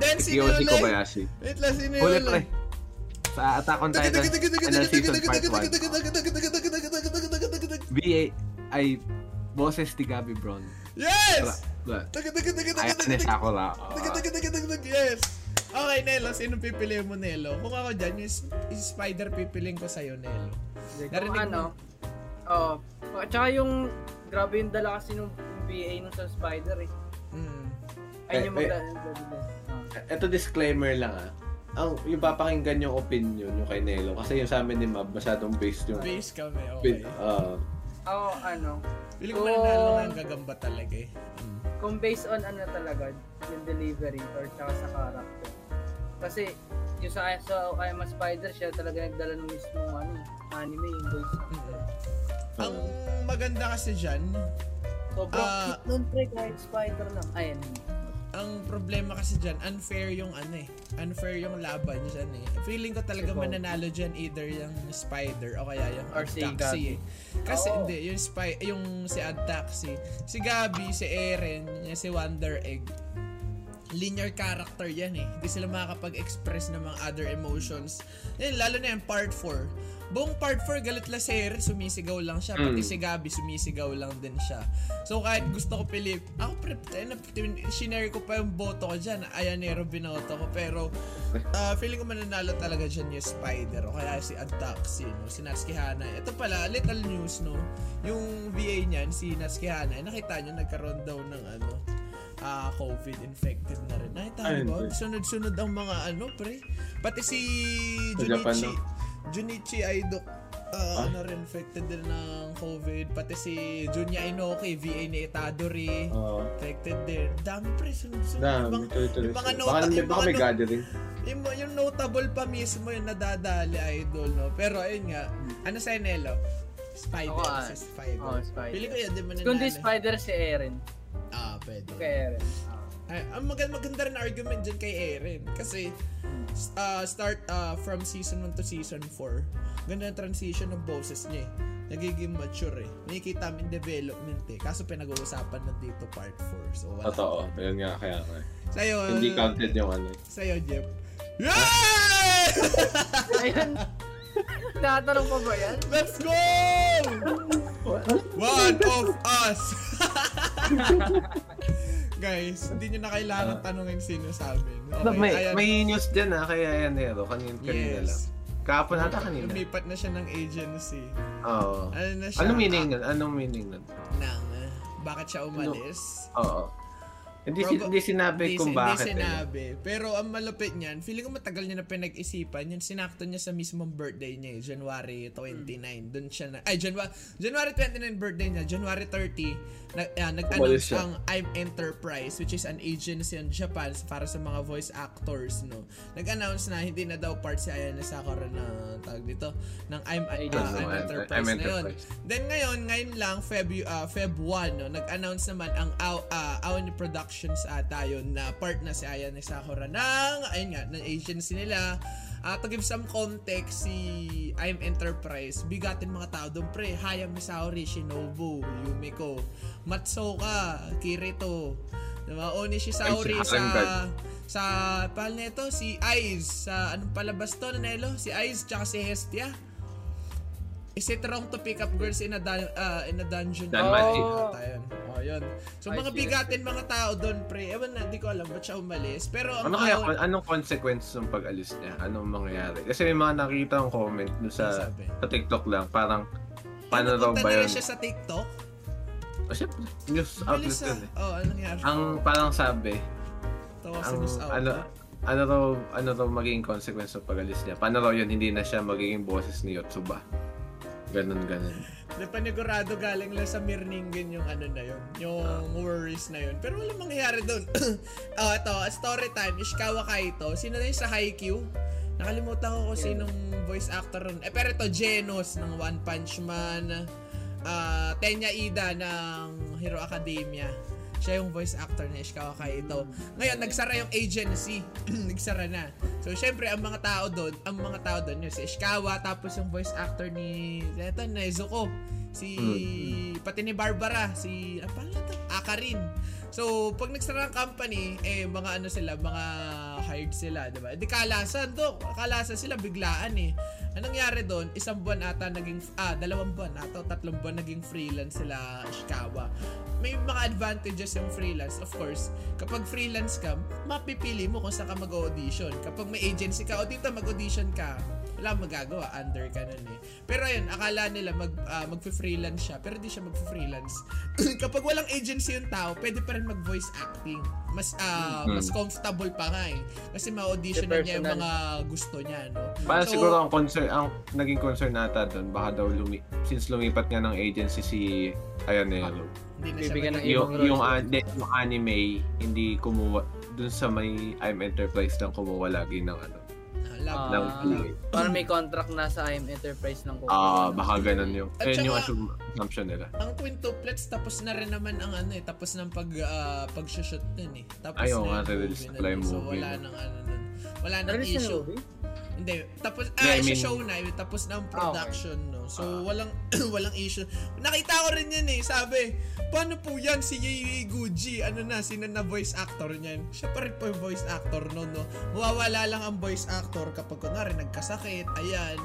S1: Then,
S4: Si
S1: sino
S4: Yoshi
S1: yun?
S4: Kobayashi.
S1: Wait lang, sino yun?
S4: Huli pre. Sa Attack on Titan, final Ano, season part 1. BA ay boses ni Gabby Brown.
S1: Yes!
S4: Wala. Ay, ano siya ako lang.
S1: Yes! Okay, Nelo, sino pipiliin mo, Nelo? Kung ako dyan, yung s- yung spider pipiliin ko sa'yo, Nelo.
S2: Kung
S1: Narinig
S2: ano. oh, Oo. At saka yung grabe yung dala kasi nung PA nung sa Spider eh.
S1: Mm.
S2: Ayun yung
S3: Eh, eh.
S2: magla-level.
S3: Ito disclaimer lang ah. Ang yung papakinggan yung opinion yung kay Nelo kasi yung sa amin ni Mab masyadong based yung
S1: Base kami, okay.
S3: Pin- ah,
S2: Ako, ano,
S1: Pili ko mananalo
S4: Oh.
S1: ngayong gagamba talaga eh.
S2: kung based on ano talaga, yung delivery or tsaka sa character. Kasi, yung sa, sa I Am a Spider, siya talaga nagdala ng mismo ano, anime, yung voice actor.
S4: Oh.
S1: Ang maganda kasi dyan,
S2: Sobrang
S1: Ah.
S2: cute nun, pre, kahit spider lang. Ayan.
S1: ang problema kasi dyan, unfair yung ano eh. Unfair yung laban dyan eh. Feeling ko talaga
S2: Ikaw.
S1: mananalo dyan either yung Spider o kaya yung
S2: Or
S1: Ad
S2: si
S1: Taxi
S2: Gabi.
S1: eh. Kasi
S2: Oo.
S1: hindi, yung, spy, yung si Ad Taxi, si Gabi, si Eren, yung si Wonder Egg, linear character yan eh. Hindi sila makakapag-express ng mga other emotions. Yan, lalo na yung part 4. Buong part 4, galit la si Eren, sumisigaw lang siya. Pati
S3: Mm.
S1: si Gabi, sumisigaw lang din siya. So kahit gusto ko pili, ako pretend, shinare ko pa yung boto ko dyan. Ayanero binoto ko. Pero ah, feeling ko mananalo talaga dyan yung Spider o kaya si Ad Taxi, no? si Natsuki Hanay. Ito pala, little news, no? Yung VA niyan, si Natsuki Hanay, nakita nyo, nagkaroon daw ng ano, ah COVID infected na rin. Nakita
S3: Ayun,
S1: mo ba?
S3: pre.
S1: Sunod-sunod ang mga ano, pre. Pati si
S3: Sa Japan,
S1: Junichi,
S3: no?
S1: Junichi Aido,
S3: Ah.
S1: ah, ano rin, infected din ng COVID. Pati si Junya Inoki, VA ni Itadori,
S3: ah,
S1: infected din. Dami pre, sunod-sunod.
S3: dami,
S1: Ibang-
S3: tuloy tuloy.
S1: yung mga
S3: Baka,
S1: nota-
S3: may-
S1: yung
S3: baka
S1: mga
S3: may
S1: nota-
S3: gathering.
S1: yung, yung notable pa mismo yung nadadali idol, no? Pero ayun nga, ano sa Nelo? Spider,
S2: Ako, ah.
S1: si Spider.
S2: Oh,
S1: Pili ko
S2: spider.
S1: yun, di mo nanalo.
S2: Kundi spider si Eren.
S1: Ah, pwede.
S2: Kay Eren. Ah.
S1: Ay, ang maganda, maganda rin argument dyan kay Eren. Kasi, s- ah, start ah, from season 1 to season 4, ganda ang transition ng boses niya eh. Nagiging mature eh. Nakikita namin development eh. Kaso pinag-uusapan na dito part 4. So, wala.
S3: Totoo, yun nga kaya nga. eh.
S1: Sa'yo,
S3: Hindi counted yung ano.
S1: Sa'yo, Jeff. Yeah!
S2: Ayun. Nakatanong pa ba yan?
S1: Let's go! One of us! Guys, hindi nyo na kailangan
S3: Ah.
S1: tanungin sino sa amin. Okay,
S4: may,
S1: ayan.
S4: may news dyan ah, kaya yan Nero, kanina, kanina lang.
S1: yes.
S4: Kahapon ata kanina.
S1: Lumipat na siya ng agency.
S4: Oo.
S1: Ano na siya?
S4: Anong meaning nun? Anong meaning nun?
S1: Ah, Nang, ah, bakit siya umalis?
S4: Oo. Hindi, si-
S1: Proba-
S4: hindi sinabi kung
S1: si-
S4: bakit.
S1: Hindi
S4: eh.
S1: sinabi. Pero ang malupit niyan, feeling ko matagal niya na pinag-isipan. Yun, sinakto niya sa mismong birthday niya, eh, January 29. Doon siya na, ay, January, January 29 birthday niya, January 30, nag, ah, nag-announce
S3: Umalis siya.
S1: ang I'm Enterprise, which is an agency in Japan para sa mga voice actors, no? Nag-announce na hindi na daw part si Ayana Sakura na, tawag dito, ng I'm, ah,
S2: Agency.
S1: I'm
S4: I'm-
S1: Enterprise
S4: I'm
S1: na yun.
S4: Enterprise.
S1: Then ngayon, ngayon lang, Feb, uh, Feb 1, no, nag-announce naman ang Aw, uh, Aoni Productions ata yun na part na si Aya ni Sakura ng, ayun nga, ng agency nila. Uh, to give some context, si I'm Enterprise, bigatin mga tao doon, pre. Hayao Misaori, Shinobu, Yumiko, Matsuoka, Kirito, diba? Onishisaori
S4: Ay, si Harem God.
S1: sa sa pal nito si Eyes sa anong palabas to Nanelo si Eyes tsaka si Hestia Is it wrong to pick up girls in a dun- uh, in a dungeon?
S4: Dunman, eh.
S1: Oh, yun. Oh, yun. So
S2: I
S1: mga
S2: see, I
S1: bigatin mga tao doon, pre. Ewan na, di ko alam ba't siya umalis. Pero ang
S4: Ano kaya,
S1: aon-
S4: anong consequence ng pag-alis niya? Anong mangyayari? Kasi may mga nakita akong comment doon sa,
S1: Ano Sabi.
S4: sa TikTok lang, parang, paano daw
S1: Napunta
S4: ba
S1: na rin
S4: yun?
S1: siya sa TikTok?
S4: Oh, syempre, news outlet
S1: Bilis ah.
S4: yun eh.
S1: Oh, ano nangyari?
S4: Ang parang sabi,
S1: Tawa sa
S4: ang
S1: news
S4: ano,
S1: outlet.
S4: ano raw, ano raw magiging consequence ng pag-alis niya? Paano raw yun, hindi na siya magiging boses ni Yotsuba? Ganun, ganun.
S1: Di panigurado galing lang sa Mirningen yung ano na yun,
S4: Ah.
S1: yung worries na yun. Pero walang mangyayari doon. oh, ito, story time, Ishikawa Kaito. Sino na yun sa Haikyuu? Nakalimutan ko kung
S2: Yeah.
S1: sinong voice actor nun. Eh, pero ito, Genos ng One Punch Man. ah Tenya Ida ng Hero Academia. Siya yung voice actor na Ishikawa Kaito. Ngayon, nagsara yung agency. nagsara na. So, syempre, ang mga tao doon, ang mga tao doon, yun, si Ishikawa, tapos yung voice actor ni, eto, Nezuko. Si, pati ni Barbara, si, ah, paano na to? Akarin. So, pag nagsara ang company, eh, mga ano sila, mga hired sila, diba? Di kalasan, do. Kalasan sila, biglaan eh. Anong nangyari doon, isang buwan ata naging, ah, dalawang buwan ata, o tatlong buwan naging freelance sila Ishikawa. May mga advantages yung freelance. Of course, kapag freelance ka, mapipili mo kung saan ka mag-audition. Kapag may agency ka, o dito mag-audition ka, Wala akong magagawa, under ka nun eh. Pero ayun, akala nila mag, ah, magfe-freelance siya, pero di siya magfe-freelance. Kapag walang agency yung tao, pwede pa rin mag-voice acting. Mas ah,
S4: Mhm.
S1: mas comfortable pa nga eh. Kasi ma-auditionan niya yung
S2: Personal.
S1: mga gusto niya, no?
S4: Para
S1: So-
S4: siguro ang concern, ang naging concern nata doon, baka daw lumi, since lumipat nga ng agency si Ayanelo.
S1: Hindi na siya
S2: Bibigyan ng
S1: mag-
S4: yung,
S2: Ibang
S4: yung,
S2: role.
S4: an- de- yung anime, hindi kumuha, doon sa may I'm Enterprise lang kumuha lagi ng ano.
S1: Ah, lab-
S2: Ah,
S4: ng
S2: Parang may contract na sa IM Enterprise ng Coca-Cola.
S4: Ah, baka ganun yung,
S1: At
S4: ayun yung
S1: saka-
S4: assume- assumption nila.
S1: ang quintuplets tapos na rin naman ang ano eh tapos ng pag ah, pag-shoot nun eh tapos
S4: Ayaw nga,
S1: na yung
S4: release
S1: movie
S4: na
S1: na nun.
S4: pala yung
S1: so
S4: movie
S1: wala
S4: nun.
S1: nang ano nun wala nang
S2: Release na
S1: issue
S2: movie?
S1: Hindi. Tapos,
S4: Hindi,
S1: ah,
S4: I mean-
S1: show na. Yung tapos na ang
S2: Ah, okay.
S1: production, no? So,
S4: Ah.
S1: walang, walang issue. Nakita ko rin yan, eh. Sabi, paano po yan si Yayoi Guji? Ano na, sino na voice actor niyan? Siya pa rin po yung voice actor, no, no? Mawawala lang ang voice actor kapag, kunwari, nagkasakit. Ayan.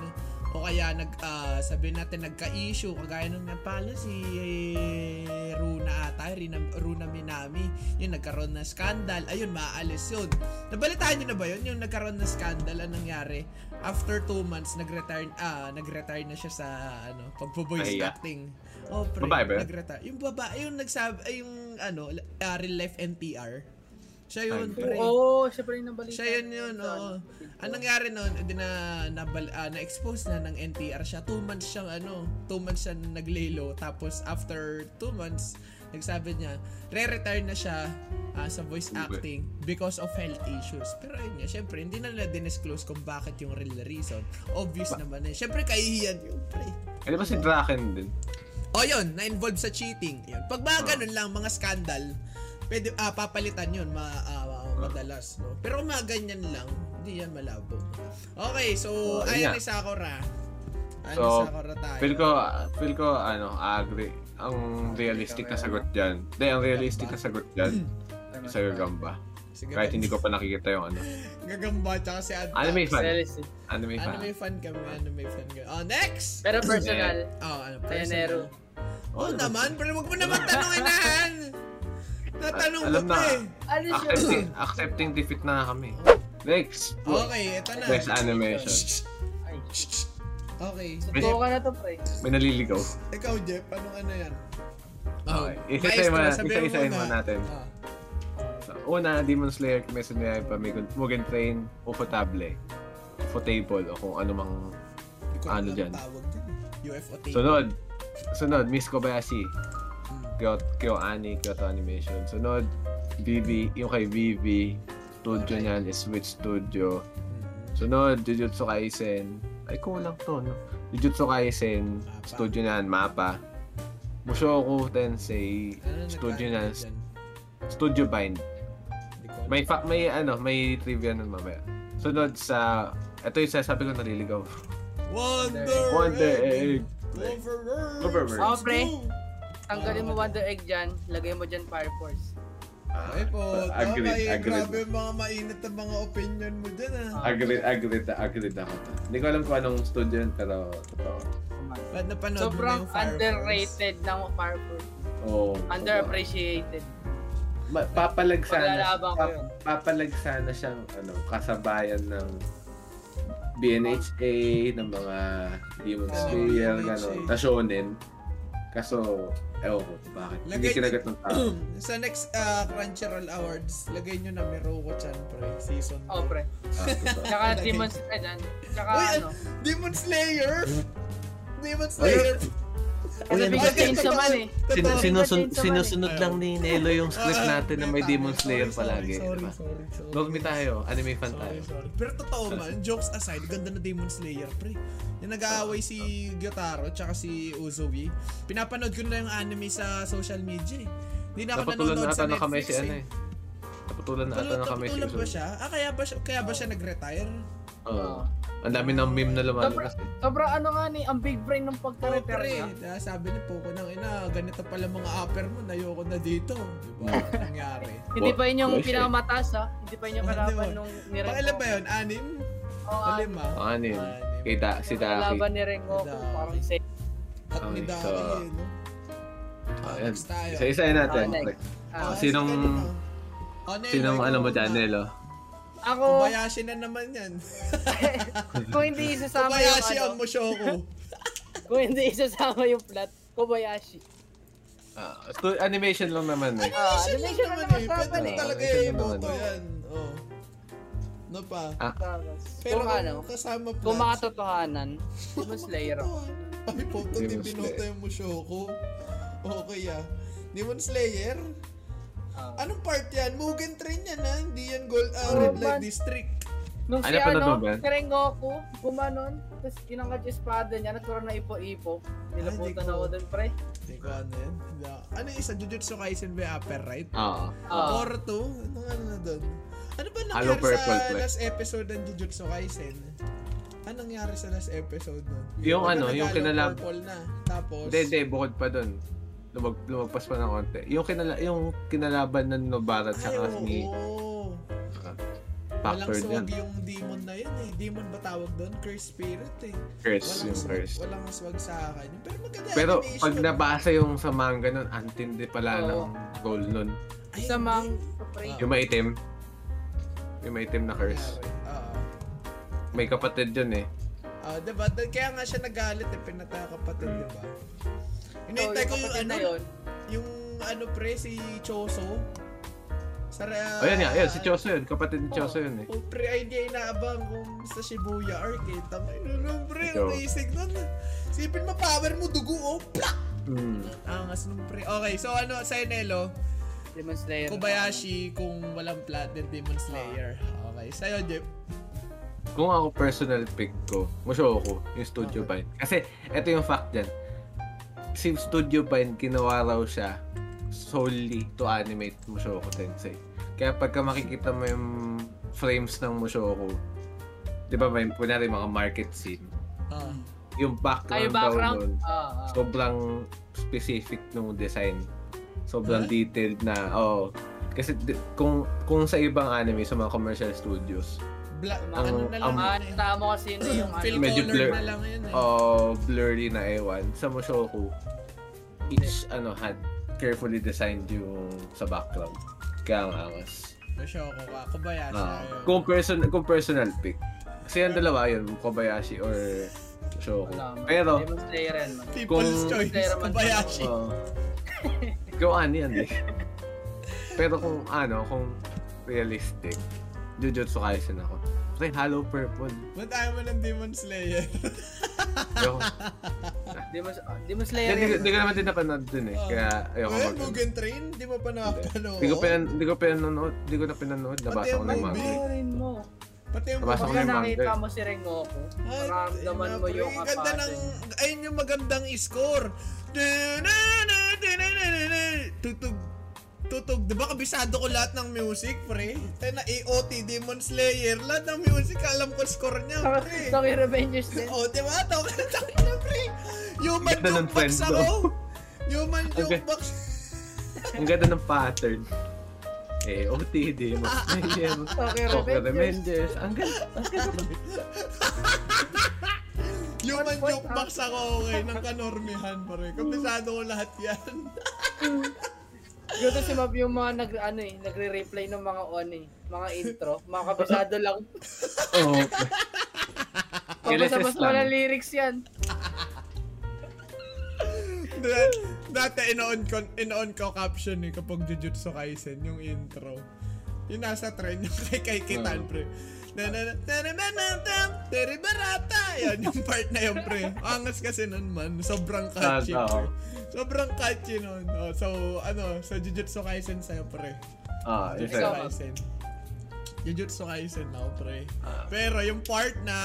S1: O kaya, nag, ah, sabihin natin, nagka-issue. Kagaya nung napalo si eh, Runa ata, Rina, Runa Minami. Yung nagkaroon ng scandal. Ayun, maaalis yun. Nabalitaan niyo na ba yun? Yung nagkaroon ng scandal, anong nangyari? After two months, nag-retire, ah, nag-retire na siya sa, ano, pagpo-voice
S4: Ahiya.
S1: acting. Oh, pre,
S4: Babae ba yun?
S1: nag-retire. Yung babae, yung nagsabi, ay, yung, ano, ah, real life NPR. Siya yun,
S4: Ay,
S1: pre.
S2: Oo, siya pa rin ang balita.
S1: Siya yun yun,
S2: Sa
S1: oo.
S2: ano,
S1: Ang nangyari nun, di na, nabal, ah, na-expose na ng NTR siya. Two months siyang ano, two months siya naglelo. Tapos after two months, nagsabi niya, re-retire na siya ah, sa voice
S4: Ube.
S1: acting because of health issues. Pero ayun nga, syempre, hindi na nila dinisclose kung bakit yung real reason. Obvious naman eh. Syempre, kahihiyan yun, pre.
S4: Eh, di ba si Draken din?
S1: O yun, na-involve sa cheating. Yun. Pag
S4: Ah.
S1: mga ganun lang, mga scandal, pwede, ah, papalitan yun ma, ah, ah, madalas. No? Pero kung mga ganyan lang, hindi yan malabo. Okay, so,
S4: Oh,
S1: ayan ni
S4: yun
S1: Sakura. Ayan
S4: So,
S1: ni Sakura tayo.
S4: Feel ko, feel ko, ano, agree. Ang realistic na sagot dyan. Hindi, ang realistic na sagot dyan.
S2: Tama,
S4: Sa Gagamba.
S1: Sige,
S4: Kahit hindi ko pa nakikita yung ano.
S1: Gagamba, tsaka si Adda.
S4: Anime fan.
S2: Realistic.
S4: Anime fan.
S1: Anime fan kami, anime fan kami. Oh, next!
S2: Pero personal.
S1: Oh, ano,
S2: Ayanero.
S1: personal. Oh,
S4: ano
S1: naman, pero wag mo naman tanongin na han! Natanong
S4: Alam
S1: mo pa
S4: na.
S1: eh.
S2: Ano siya?
S4: Accepting, accepting defeat na nga kami. Next!
S1: Okay, ito na.
S4: Best animation.
S2: Ay,
S1: Okay.
S2: totoo ka na to, pre.
S4: May naliligaw.
S1: Ikaw, Jeff, anong ano yan?
S4: Okay. Isa
S1: Maestro,
S4: isa mo na-
S1: sabihin mo
S4: isa-isahin mo
S1: na.
S4: natin.
S1: Ah.
S4: So, una, Demon Slayer, Kimetsu no Yaiba, Mugen- Mugen Train, Ufotable. Ufotable, o kung ano mang...
S1: Hindi ko
S4: Ano
S1: alam ang
S4: dyan?
S1: tawag dyan. UFO tape.
S4: Sunod! Sunod, Miss Kobayashi. Kyo, KyoAni, Kyoto Animation. Sunod, BB, yung kay BB. Studio
S1: Okay.
S4: niyan is Switch Studio. Sunod, Jujutsu Kaisen. Ay, kulang to, no? Jujutsu Kaisen,
S1: Mapa.
S4: studio niyan, Mapa. Mushoku Tensei,
S1: Ano na
S4: studio
S1: nagkakaroon
S4: niyan,
S1: dyan?
S4: Studio Bind.
S1: Hindi ko
S4: May fa- may ano, may trivia nun mamaya. Sunod sa ito yung sasabi ko naliligaw.
S1: alam. Wonder,
S4: Wonder
S1: Egg.
S4: Egg.
S1: Overworld.
S4: Overworld.
S2: Oh, pre.
S1: School.
S2: Tanggalin mo Wonder Egg dyan, lagay mo dyan Fire Force.
S1: Ay po, tama
S3: agreed,
S1: eh.
S3: agreed.
S1: Grabe yung mga mainit na mga opinion mo dyan ah.
S3: Agreed, agreed, agreed ako. to. Hindi ko alam kung anong studio yun, pero totoo.
S1: Ba't napanood mo na
S2: Sobrang
S1: yung Fire Force?
S2: underrated ng Fire Force.
S3: Oo.
S2: Underappreciated.
S3: Ma- papalag sana.
S2: Maglalaban ko
S3: pap-
S2: yun.
S3: papalag sana siyang ano, kasabayan ng BNHA, ng mga Demon
S1: Oo,
S3: Slayer,
S1: BNHA.
S3: gano'n, na shonen. Kaso, ewan ko bakit. Hindi
S1: Lagay-
S3: kinagat ng tao.
S1: Sa next ah, Crunchyroll Awards, lagay nyo na Meroko-chan pre, season 2.
S2: Oh, pre.
S3: Ah, totoo.
S2: Tsaka
S1: Lagay.
S2: Demon Slayer dyan. Tsaka
S1: Uy,
S2: ano.
S1: Demon Slayer! Demon Slayer!
S2: Kasi
S4: ano
S2: bigat
S1: ba-
S2: change naman eh.
S1: Totoo.
S4: Sin- sinusun- sinusunod
S1: Ayaw.
S4: lang ni Nelo yung script
S1: Ah,
S4: natin na may
S1: tama.
S4: Demon Slayer
S1: Sorry,
S4: palagi,
S1: sorry,
S4: di ba?
S1: sorry, sorry.
S4: Dogme tayo, anime fan
S1: Sorry,
S4: tayo.
S1: sorry. Pero totoo man, jokes aside, ganda na Demon Slayer, pre. Yung nag-aaway si Gyotaro tsaka si Uzowi, pinapanood ko na yung anime sa social media eh. Hindi na ako
S4: Naputulan na
S1: nanonood
S4: ata
S1: sa
S4: na kami
S1: Netflix
S4: si ano
S1: eh.
S4: eh. Naputulan na ata
S1: Tulo-
S4: na kami si
S1: tutulan ba
S4: Usopp.
S1: siya? Ah, kaya ba siya, kaya ba siya nag-retire?
S4: Oo. Ang dami ng meme na lumalabas. eh.
S2: Sobrang ano nga ni, ang big brain ng
S1: Oo, Oh,
S2: pagka-retire
S1: pre.
S2: niya.
S1: Dahil sabi ni Poco nang ina, ganito pala mga upper mo, nayoko na dito. Diba? Ang nangyari.
S2: Hindi pa yun yung
S4: Boy,
S2: pinakamataas ha. Hindi pa yun yung
S1: Oh,
S2: kalaban
S1: di ba?
S2: nung nirecord.
S1: Pangilan ba yun? Anim?
S2: Oo,
S1: O lima?
S4: Ang ano yun?
S1: Anim.
S4: Kita, si Taki. Oh,
S2: Kalaban ni Rengoku,
S1: Daki.
S2: parang safe.
S1: At ni
S4: Okay,
S1: Daki
S4: so,
S1: yun. no?
S4: Ah,
S1: Ah,
S4: yan.
S1: next tayo.
S4: Isa-isahin natin.
S2: Ah, next.
S1: Ah,
S4: sinong-
S1: sige, ano? Oh, Nel,
S4: Sinong
S1: ikaw
S4: ano mo
S1: muna.
S4: dyan, Nelo?
S2: Ako,
S1: Kobayashi na naman yan.
S2: kung hindi isasama yung
S1: Kobayashi
S2: ano,
S1: ang Mushoku.
S2: kung hindi isasama yung plot, Kobayashi.
S4: Ah, stu- animation lang naman eh.
S2: Ah,
S1: Animation
S2: animation
S1: lang
S2: lang
S1: naman eh.
S2: naman
S1: Pwede
S4: eh.
S1: talaga
S4: Animation
S1: yung
S4: lang
S1: iboto
S4: naman.
S1: yan. Oh. Ano pa?
S4: Ah.
S2: Tapos,
S1: Pero
S2: kung ano,
S1: kasama plot.
S2: kung makatotohanan, Demon Slayer ako.
S1: Ay, puto, di
S4: Demon
S1: binoto
S4: Slayer.
S1: yung Mushoku. Okay ah. Demon Slayer?
S2: Ah.
S1: Anong part yan? Mugen Train yan ah. Hindi yan Gold ah,
S2: Oo,
S1: Red Light
S2: man.
S1: District.
S2: Nung si
S4: Ay, napanood
S2: ano,
S4: mo ba?
S2: Rengoku, gumanon, tapos inangat yung espada niya, nagkaroon na ipo-ipo.
S1: di
S2: Nilabutan
S1: ko-
S2: ako dun, pre.
S1: Hindi ko ano yan. Hindi ako- Ano yung isa? Jujutsu Kaisen ba yung upper right?
S4: Oo.
S2: Ah.
S1: Or two? Ano ano na doon? Ano ba
S4: Hello,
S1: nangyari
S4: Purple
S1: sa
S4: Flag.
S1: last episode ng Jujutsu Kaisen? Ano nangyari sa last episode nun?
S4: Yung ano, yung
S1: nagalaw
S4: kinalab-
S1: Purple na. Tapos...
S4: Hindi, hindi, bukod pa dun. Lumag, lumagpas pa ng konti. Yung, kinala, yung kinalaban ng Nobara at
S1: Ay,
S4: saka
S1: oo.
S4: ni
S1: Walang
S4: Packard yan.
S1: swag yung demon na yun eh. Demon ba tawag doon? Curse spirit eh.
S4: Curse,
S1: Walang
S4: yung
S1: swag,
S4: curse.
S1: walang swag sa akin. Pero maganda
S4: Pero
S1: animation.
S4: pag nabasa yung sa manga nun, antindi pala
S2: Oo.
S4: ng goal nun.
S1: Ay,
S2: Sa mang, pre.
S1: Ah.
S4: Yung maitim. Yung maitim na curse.
S1: nangyari. Oo.
S4: May kapatid yun eh.
S1: Ah, diba? Da- Kaya nga siya nagalit eh. Pinataka kapatid,
S4: Mm.
S1: diba?
S2: So,
S1: Hinihintay
S2: yung
S1: ko yung
S2: kapatid
S1: ano,
S2: na yun,
S1: yung ano pre, si Choso. Sa, uh,
S4: O Oh, yun nga, yun, si Choso yun. Kapatid ni Choso yun eh.
S1: Oh, pre, ay di ay naabang kung sa Shibuya Arc eh. Tama, ano pre, ang
S4: Ikaw.
S1: risig nun. Sipin mo, power mo, dugo oh. Plak!
S4: Mm.
S1: Angas nung pre. Okay, so ano, sa Enelo,
S2: Demon Slayer.
S1: Kobayashi kung walang plot, then Demon
S4: Ah.
S1: Slayer. Okay, sa'yo, Jeff.
S4: Kung ako personal pick ko, Mushoku, yung Studio
S1: Okay.
S4: Bind. Kasi ito yung fact dyan. Si Studio Bind, ginawa raw siya solely to animate Mushoku Tensei. Kaya pagka makikita mo yung frames ng Mushoku, di ba may kunwari mga market scene,
S1: Ah,
S4: yung
S2: Ay,
S4: background,
S2: yung
S4: daw nun,
S2: background. Ah, ah.
S4: sobrang specific nung design. Sobrang
S1: Huh?
S4: detailed na, oh. Kasi di- kung kung sa ibang anime, sa mga commercial studios,
S1: black, ano
S2: Ang-
S1: na lang
S4: ang-
S2: Ah,
S1: yun eh.
S2: tama kasi yun yung
S1: Film
S2: ano.
S4: Medyo
S1: color
S4: blur.
S1: na lang yun eh.
S4: oh, blurry na ewan sa Mushoku. Each ano had carefully designed yung sa background. Kaya ang angas.
S1: Masyoko ka, Kobayashi.
S4: Ah,
S2: ano?
S1: ayun.
S4: kung person kung personal pick. Kasi yung dalawa yun, Kobayashi or Mushoku.
S2: Wala, man.
S4: Pero
S2: Demon Slayer yan, man.
S1: People's
S4: kung- Ah.
S1: Choice,
S2: Pero man-
S1: Kobayashi.
S4: Oo. Go on, yan eh. Pero kung ano, kung realistic, Jujutsu Kaisen ako. Pre, Hollow Purple.
S1: Ba't ayaw mo ng Demon Slayer?
S4: Ayoko.
S2: Demon, ah, Demon Slayer
S4: Hindi
S2: yan.
S4: hindi ko naman din napanood dun eh.
S2: Oh.
S1: Ah.
S4: Kaya ayoko
S1: Well,
S4: mag-
S1: Mugen Train, di mo pa napanood.
S4: Hindi ko pa hindi ko pa nanonood, hindi ko na pinanood, nabasa ko na yung
S1: Pati
S4: manga.
S1: ang
S2: Panoorin mo.
S1: Pati yung
S4: Nabasa ko
S2: Pagka
S4: na yung manga.
S2: nakita mo si Rengoku,
S1: Ay,
S2: maramdaman mo
S1: napre,
S2: yung
S1: ang ganda
S2: apathy.
S1: ng ayun yung magandang score. Da-na-na, da-na-na-na-na. Tutog tutog, 'di ba kabisado ko lahat ng music, pre? Tayo na AOT Demon Slayer, lahat ng music alam ko score niya, pre.
S2: Sa Revengers din.
S1: Oh, di ba? Tawag na tawag na, pre. Human
S4: Ganda ng
S1: jukebox
S4: trend,
S1: ako. Human
S4: Okay.
S1: jukebox.
S4: Ang ganda ng pattern. Eh, OTD, mas Mayhem,
S2: Okay,
S4: Tokyo
S2: Revengers.
S4: Revengers. Ang ganda, ang ganda.
S1: Human
S2: point
S1: jukebox ako, okay, ng kanormihan, pre. Kabisado ko lahat yan.
S2: Gusto si Mab yung mga nag, ano eh, nagre-replay ng mga on eh, mga intro, mga kabisado lang.
S4: Oo.
S2: Pabasa-basa
S4: Kileses lang.
S2: wala lyrics yan.
S1: Da- Dati inoon ko, inoon ko caption eh kapag Jujutsu Kaisen, yung intro. Yung nasa trend, yung kay kay Kitan,
S4: Oo.
S1: pre. Na na na na na na na Teribarata! Yan, yung part na yun, pre. Angas kasi nun, man. Sobrang catchy,
S4: Ah,
S1: pre.
S4: oo.
S1: Sobrang catchy nun. Oh, so, ano, sa Jujutsu Kaisen sa'yo, pre.
S4: Ah, yun
S1: Jujutsu
S4: sa'yo.
S2: Ikaw.
S1: Kaisen. Jujutsu Kaisen na, pre.
S4: Ah.
S1: Pero yung part na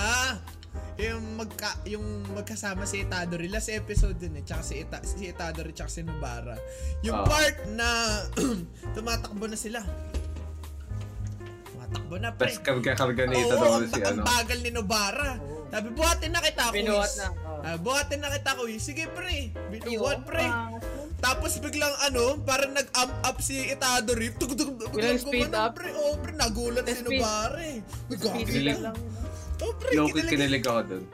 S1: yung magka yung magkasama si Itadori last episode din eh tsaka si Ita, si Itadori tsaka si Nobara. Yung
S4: Ah.
S1: part na tumatakbo na sila. Tumatakbo na pre.
S4: Tapos karga-karga na ito
S1: Oo,
S4: daw
S1: ang,
S4: si
S1: ang
S4: ano.
S1: bagal ni Nobara.
S2: Oo.
S1: Sabi, buhatin na kita, kuis.
S2: Binuhat na, oo.
S1: Ah, buhatin na kita, kuis. Sige, pre. Binuhat,
S2: Ayun, ah,
S1: pre.
S2: pangas mo.
S1: Tapos biglang ano, parang nag-amp up si Itadori. Tug, tug, tug,
S2: Bilang
S1: tug,
S2: speed
S1: gumanon,
S2: up?
S1: Pre, oh, pre, nagulat si
S2: Speed-
S1: Nobara eh. Uy, gabi
S2: Physical
S4: Kinilig.
S2: lang. yun.
S1: Oh, pre,
S4: Low key
S1: kinilig-
S4: kinilig ako dun.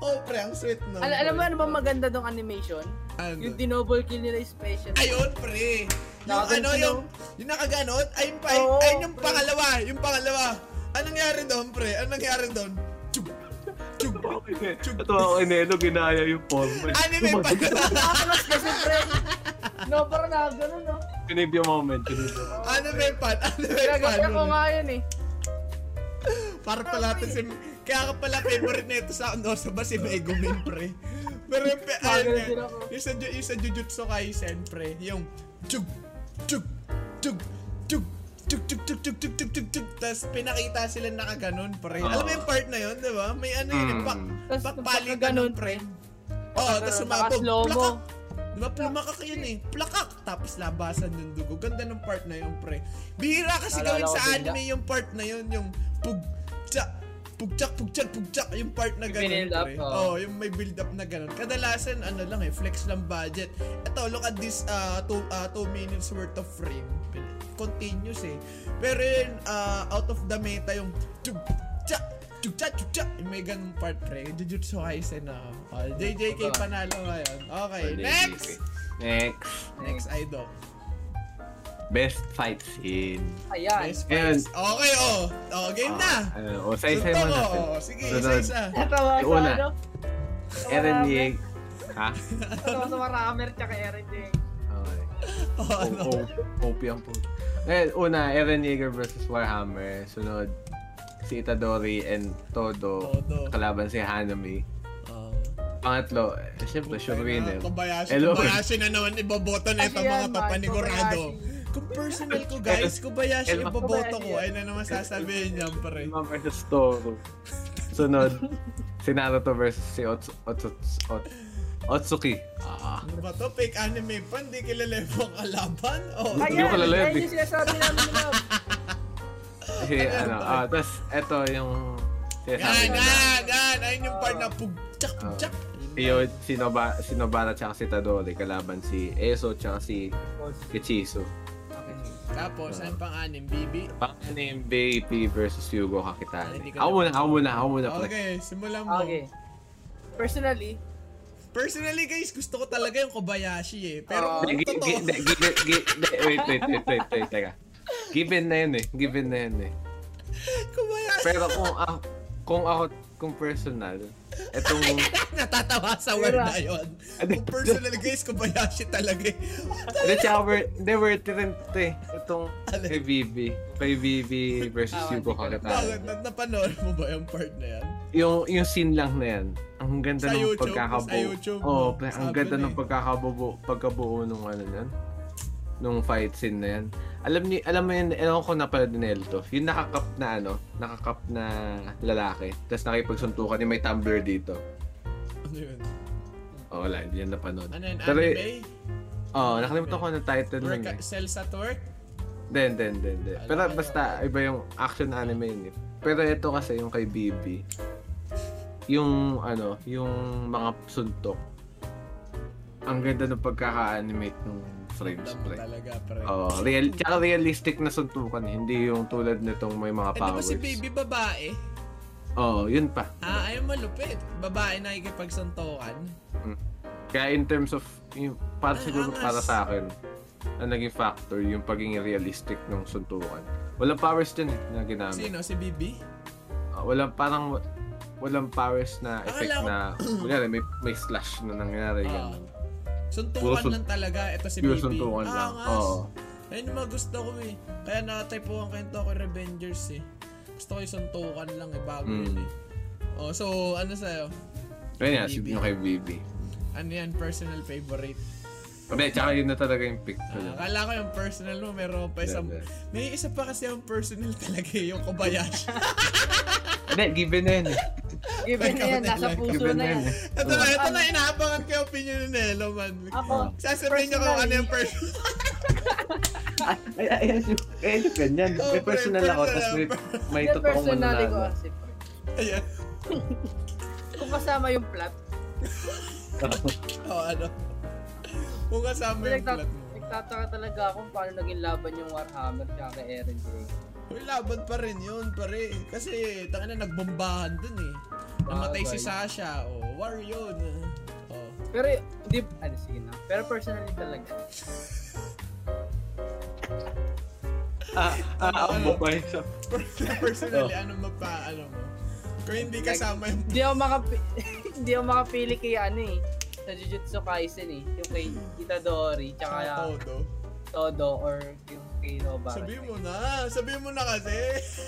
S1: Oh, pre, ang sweet nun.
S2: Al- alam mo
S1: pre.
S2: ano bang maganda dong animation?
S1: Ano?
S2: Yung dinoble kill nila yung special.
S1: Ayun, pre. Yung
S2: Nakaganon
S1: ano,
S2: sila.
S1: yung, yung nakaganon, ayun pa,
S2: Oo,
S1: ayun yung
S2: pre.
S1: pangalawa, yung pangalawa. Anong nangyari doon, pre? Anong nangyari doon? Chug! Chug! Chug!
S4: Ito ako inelo, ginaya yung form.
S1: Anime pa!
S2: Nakakalas kasi pre. No, parang nakaganon no.
S4: Pinib yung moment. Pinib yung moment.
S1: anime Ano pan! Anime pan!
S2: Nagagaya ko nga yun eh.
S1: Para pala to si... Kaya ka pala favorite na ito sa ano, sa ba si Megumin, pre? Pero yung... pe-
S2: Bagal
S1: ayun nga.
S2: din ako.
S1: Yung sa, Ju- yung sa Jujutsu Kaisen, pre. Yung... Chug! Chug! Chug! Chug! Chug, chug, chug, chug, chug, chug, chug, chug. Tapos pinakita sila nakaganon, pre.
S3: Ah.
S1: Alam mo yung part na yun, di ba? May ano yun, yung
S4: Mm.
S1: pak,
S2: Tas-
S1: pakpalitan ng
S2: nakaganon.
S1: pre. Oo, oh, tapos
S2: Nakaganon,
S1: sumabog.
S2: nakaslow mo.
S1: Plakak! Di ba, plumakak yun eh. Plakak! Tapos labasan yung dugo. Ganda ng part na yun, pre. Bihira kasi
S2: Naalala
S1: gawin
S2: ko
S1: sa
S2: bigla.
S1: anime yung part na yun, yung pug... Tsa, pugtsak, pugtsak, pugtsak, yung part na
S2: Yung
S1: ganun,
S2: build up,
S1: pre.
S2: oo.
S1: Oh, yung may build up na ganun. Kadalasan, ano lang eh, flex lang budget. Ito, look at this 2 two, ah, two minutes worth of frame. Pin- Continuous eh. Pero yun, ah, out of the meta yung tug, tsa, tug, tsa, tug, tsa. Yung may ganun part, pre. Jujutsu Kaisen na. Oh, JJK
S2: Totoo.
S1: panalo ngayon. Okay,
S4: Pwede,
S1: next!
S4: JJK. Next.
S1: Next, Idol.
S4: Best fight scene.
S2: Ayan.
S1: Best
S4: Ayun.
S1: friends. Okay, oh. Oh, game na.
S4: Ano, o, sa isa
S1: Suntok ko.
S4: mo natin.
S1: Oh, sige, isa-isa.
S2: Natawa sa
S4: Una.
S2: ano?
S4: Eren
S2: Marami.
S4: Yeager. Ha?
S2: Natawa sa Maramer tsaka Eren Dieng.
S4: Okay.
S1: Oh, ano?
S4: O- o- OP ang po. Ngayon, una, Eren Yeager versus Warhammer. Sunod, si Itadori and Todo.
S1: Todo.
S4: Kalaban si Hanami.
S1: Oh.
S4: Pangatlo, eh, siyempre, Shurinen.
S1: Kobayashi.
S4: Hello.
S1: Kobayashi na naman iboboto na itong
S2: Kasi
S1: mga
S2: yan,
S1: to,
S2: man,
S1: panigurado.
S2: Kobayashi.
S1: Kung personal ko guys, Kobayashi
S4: El-
S1: iboboto ko.
S2: Kobayashi.
S1: Ay na naman sasabihin niyan pare.
S4: Mga versus Toro. Sunod, si Naruto versus si Ots Ots Ots Otsuki. Ah.
S1: Ano ba to? Fake anime pa? Hindi kilala yung mga kalaban? Oh,
S2: Ayan,
S4: Hindi ko kilala yun, Oh.
S2: ayan
S4: eh.
S2: yung sinasabi namin na.
S4: Si ano, ah, tapos eto yung sinasabi
S1: Yan,
S4: na na.
S1: yan, yan. Ayun yung part na pugtsak, pugtsak.
S4: Si Yo, si Noba, si Nobara tsaka si Tadori kalaban si Eso tsaka si Kichizo.
S1: Tapos, ano pang anim, Bibi?
S4: Pangalan na yung BP versus Yugo
S1: Ah, hindi
S4: Kakitani.
S1: ko
S4: Ako
S1: na-
S4: muna, ako muna, ako muna. pre.
S1: Okay, simulan mo.
S2: Okay. Personally,
S1: Personally guys, gusto ko talaga yung Kobayashi eh. Pero
S2: Ah.
S1: kung
S4: Gi- gi-
S1: totoo,
S4: gi- gi- gi- gi- Wait, wait, wait, wait, wait, teka. Given na yun eh, given na yun eh.
S1: Kobayashi.
S4: Pero kung ako, kung ako, kung personal, etong,
S1: Natatawa sa word na yun.
S4: Ano
S1: Kung personal guys, Kobayashi talaga eh.
S4: hindi tsaka we're, hindi we're rin ito eh, itong kay Vivi, kay Vivi versus
S2: Ah,
S4: Yugo
S1: Bakit?
S2: hindi ko
S4: Kakitani.
S1: Na- napanood mo ba yung part na yan?
S4: Yung, yung scene lang na yan, ang ganda
S1: Sa
S4: ng
S1: YouTube,
S4: pagkakabuo.
S1: sa YouTube,
S4: Oo,
S1: no?
S4: pre, ang
S1: Sabi
S4: ganda
S1: na
S4: ng
S1: eh.
S4: pagkakabuo, pagkabuo nung ano yan, nung fight scene na yan. Alam ni alam mo yun, alam ko na pala dinel to. Yung nakakap na ano, nakakap na lalaki. Tapos nakipagsuntukan yung may tumbler dito.
S1: Ano yun?
S4: Oh, wala, hindi yan napanood.
S1: Ano yun?
S4: Pero,
S1: Anime?
S4: Oh, nakalimutan ko na title nun
S1: Work,
S4: eh.
S1: cells at work?
S4: Then, then, then, then.
S1: Alam
S4: Pero
S1: ko
S4: basta, iba yung action anime yun eh. Pero ito kasi yung kay BB. Yung ano, yung mga suntok. Ang ganda ng pagkaka-animate ng frames,
S1: Alam mo
S4: pre.
S1: talaga, pre.
S4: Oh, real, tsaka realistic na suntukan, eh. hindi yung tulad nitong may mga
S1: Ano ba
S4: powers.
S1: si baby babae?
S4: Oh, yun pa.
S1: Ah, ayaw malupit. Babae na ikipagsuntukan.
S4: Mm. Kaya in terms of, yung, para
S1: Ay,
S4: siguro
S1: angas.
S4: para sa akin, ang naging factor, yung pagiging realistic ng suntukan. Walang powers din eh, na ginamit.
S1: Sino? Si Bibi?
S4: Ah, walang parang walang powers na effect
S1: Akala ko- Ah,
S4: na kunyari may may slash na nangyari
S1: Oo.
S4: ganun.
S1: Suntukan
S4: sun-
S1: lang talaga. Ito si
S4: Pure
S1: Bibi.
S4: suntukan
S1: Ah,
S4: lang.
S1: angas.
S4: Oo.
S1: Ayun yung mga gusto ko eh. Kaya nakatype po ang kwento ko Revengers eh. Gusto ko yung suntukan lang eh. Bago
S4: Mm.
S1: yun eh. Oh, so ano sa'yo?
S4: Ayun yan,
S1: BB.
S4: sige kay BB.
S1: Ano yan? Personal favorite?
S4: Hindi, tsaka yun na talaga yung pick ko.
S1: Ah,
S4: nun.
S1: akala ko yung personal mo, meron pa isang...
S4: Hindi,
S1: May isa pa kasi yung personal talaga eh, yung Kobayashi.
S4: Hindi, given na yun eh.
S2: given na yan, nasa puso na
S4: Given na
S2: yan.
S4: yun eh.
S1: ito na, ito na, inaabangan ko yung opinion ni Nelo, man.
S2: Ako,
S1: Sasabihin niyo kung ano yung personal.
S3: Ay, ay, ay, ay, ganyan. May
S1: Oh,
S3: personal
S1: pre,
S3: ako, tapos may,
S1: personal.
S3: may
S2: yung
S4: totoong
S2: personally ko
S4: mananalo.
S2: kasi.
S1: Ayan.
S2: Kung kasama yung plot,
S1: O, ano. Kung kasama yung
S2: nagtat-
S1: plot mo.
S2: nagtataka talaga ako kung paano naging laban yung Warhammer tsaka Eren Dieng.
S1: Uy, laban pa rin yun, pare. Kasi, tanga na, nagbombahan dun eh. Namatay si
S2: Bagay.
S1: Sasha. O, war yun. Oh. O.
S2: Pero, di, ano, sige na. Pero personally talaga.
S4: Ah, ah, ang
S1: Ano?
S4: bukay sa... Oh.
S1: Personally, ano mapa, ano mo? Kung hindi kasama yung
S2: Hindi ako makapi- hindi ako makapili kay ano eh. Sa Jujutsu Kaisen eh. Yung kay Itadori, tsaka
S1: todo.
S2: Todo or yung kay Nobara.
S1: Sabihin mo na. Sabihin mo na kasi.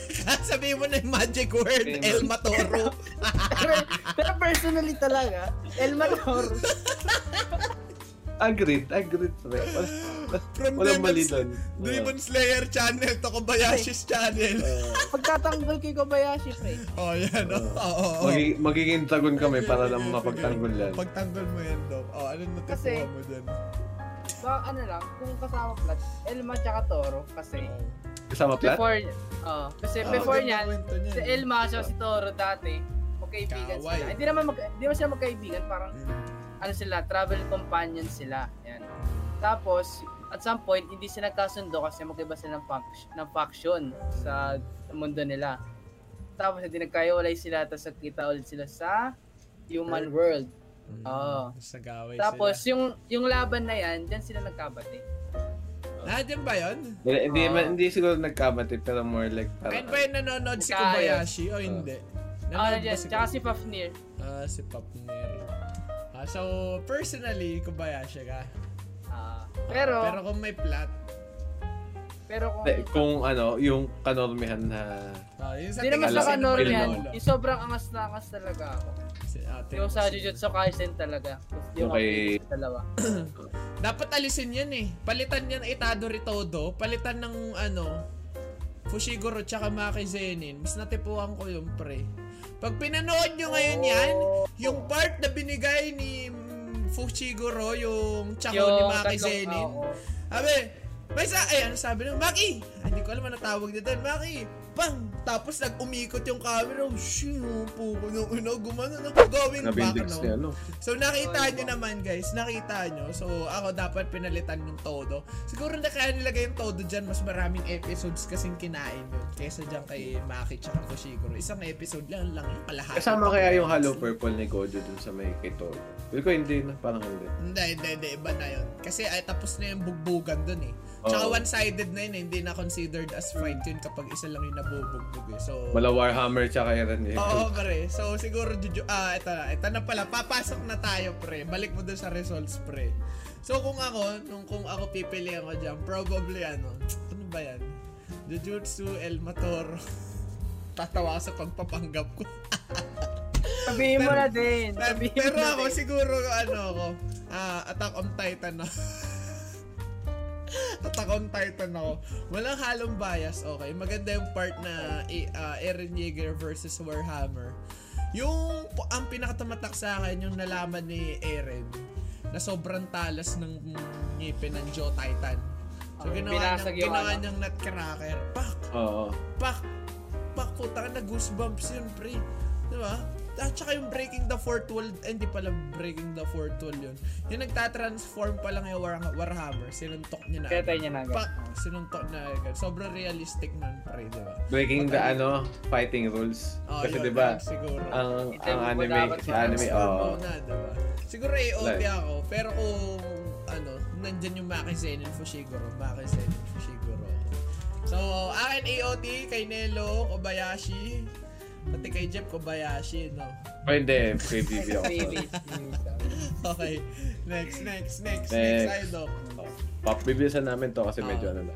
S1: Sabihin mo na yung magic word,
S4: Sabihin mo.
S1: El Matoro.
S2: pero, pero personally talaga, El Manor.
S4: Agreed, agreed, pre. Wal- wal-
S1: From
S4: Walang mali
S1: Demon,
S4: doon.
S1: Demon Slayer channel to Kobayashi's channel.
S3: Oo.
S4: Ah,
S2: Pagtatanggol kay Kobayashi, pre.
S1: Oh, yan. Oh, oo, oo.
S4: Magi- magiging tagon kami para lang mapagtanggol yan.
S1: Pagtanggol mo yan, Dok. Oh, ano na
S2: Kasi,
S1: tipuha mo dyan?
S2: Baka ano lang, kung kasama plat, Elma tsaka Toro. Kasi,
S1: Oo.
S4: Kasama plat?
S2: before, oh, kasi
S4: Ah,
S2: before
S1: Maganda
S2: niyan,
S1: kwento niyan. eh.
S2: si Elma siya si Toro dati, magkaibigan
S1: Kaway.
S2: sila. Hindi naman, mag, hindi naman sila magkaibigan, parang
S1: Hmm.
S2: ano sila, travel companion sila. Yan. Tapos, at some point, hindi sila nagkasundo kasi magkaiba sila ng, fac- ng faction sa mundo nila. Tapos, hindi nagkayawalay sila, tapos nagkita ulit sila sa human world.
S1: Mm.
S2: Oo.
S1: Sagaway
S2: Tapos,
S1: sila.
S2: yung yung laban na yan, dyan sila nagkabati.
S1: Nandiyan Ah, ba yun?
S4: Hindi, hindi,
S2: Ah.
S4: man- hindi siguro nagkamati, pero more like
S1: Ayun
S4: parang...
S1: ba yung nanonood si
S2: Kaya.
S1: Kobayashi o hindi?
S2: Ah,
S1: Nanonood ba
S2: dyan.
S1: si
S2: Tsaka si Fafnir.
S1: Ah, si Papner. Ah, so, personally, Kobayashi ka.
S2: Ah,
S1: Pero
S2: pero,
S1: kung may plot,
S2: pero kung...
S4: Hindi, Kung ano, yung kanormihan na...
S1: ah, yun sa
S2: Hindi naman sa
S4: Kasi
S2: kanor
S4: normal
S2: yan.
S4: lolo.
S2: Yung sobrang angas na angas talaga ako.
S1: ah,
S2: Yung sa Jujutsu Kaisen talaga. Yung
S4: Okay.
S2: sa dalawa.
S1: Dapat alisin yan eh. Palitan yan Itadori Todo. Palitan ng ano, Fushiguro tsaka Maki Zenin. Mas natipuan ko yung pre. Pag pinanood nyo ngayon yan, yung part na binigay ni mm, Fushiguro, yung tsaka ni Maki
S2: tatlong-
S1: Zenin.
S2: oo.
S1: Sabi, may sa, ay, ano sabi nung, Maki! Ay, Hindi ko alam ano tawag niya doon, Maki! Bang! Tapos nag-umikot yung camera, oh, shoo, po ko nung una, gumano, no, going back,
S4: Nabindigs niya,
S1: no?
S4: ano?
S1: So, nakita nyo naman, guys, nakita nyo. So, ako dapat pinalitan yung todo. Siguro na kaya nilagay yung todo dyan, mas maraming episodes kasing kinain yun, kesa dyan kay Maki tsaka Fushiguro. Isang episode lang, lang yung kalahati.
S4: Kasama kaya yung Hollow Purple ni Gojo dun sa may Kito? Feel ko hindi na, parang hindi.
S1: Hindi, hindi, hindi. Iba na yun. Kasi ay, tapos na yung bugbugan dun eh. Tsaka
S4: Oo.
S1: one-sided na yun eh. Hindi na considered as fight yun kapag isa lang yung nabubugbog eh. So,
S4: Mala Warhammer tsaka Eren yun.
S1: Oo, pre. So, siguro, Juju, ah, ito na. Ito na pala. Papasok na tayo, pre. Balik mo dun sa results, pre. So, kung ako, nung kung ako pipilihan ko dyan, probably ano, ano ba yan? Jujutsu El Matoro. Tatawa ako sa pagpapanggap ko.
S2: Sabihin mo
S1: Pero-
S2: na din.
S1: Pero,
S2: Sabihin
S1: pero
S2: mo na
S1: ako,
S2: din.
S1: siguro, ano ako, ah, Attack on Titan ako. Attack on Titan ako. Walang halong bias, okay. Maganda yung part na i- ah, Eren Yeager versus Warhammer. Yung, po- ang pinakatamatak sa akin, yung nalaman ni Eren na sobrang talas ng ngipin ng Joe Titan. So,
S2: Okay,
S1: ginawa,
S2: binasag
S1: niyang,
S2: yung
S1: ginawa
S2: ano.
S1: niyang nutcracker. Pak!
S4: Oo.
S1: pak, pak, puta ka na goosebumps yun, pre. Di ba? At saka yung breaking the fourth wall, eh, hindi pala breaking the fourth wall yun. Yung nagtatransform pa lang yung War- Warhammer, sinuntok niya na.
S2: Kaya tayo niya na agad.
S1: Pak, sinuntok na agad. Sobrang realistic nun, pre, di ba?
S4: Breaking the ano, fighting rules.
S1: Oh,
S4: Kasi
S1: yun,
S4: di ba
S1: yun, siguro.
S4: ang,
S2: Ito
S4: ang
S2: yung
S4: anime,
S2: dapat
S4: sa anime,
S1: Transform
S4: oo.
S1: muna, di ba? Siguro AOP
S4: Like-
S1: ako, pero kung ano, nandyan yung Maki Zenin Fushiguro, Maki Zenin Fushiguro. So, akin AOT, kay Nelo, Kobayashi, pati kay Jeff Kobayashi, no?
S4: Ay, hindi, KBB ako.
S2: Baby, baby, sabi.
S1: Okay, next, next, next, next,
S4: Next.
S1: next idol.
S4: Papibilisan namin to kasi medyo
S1: Ah.
S4: ano na.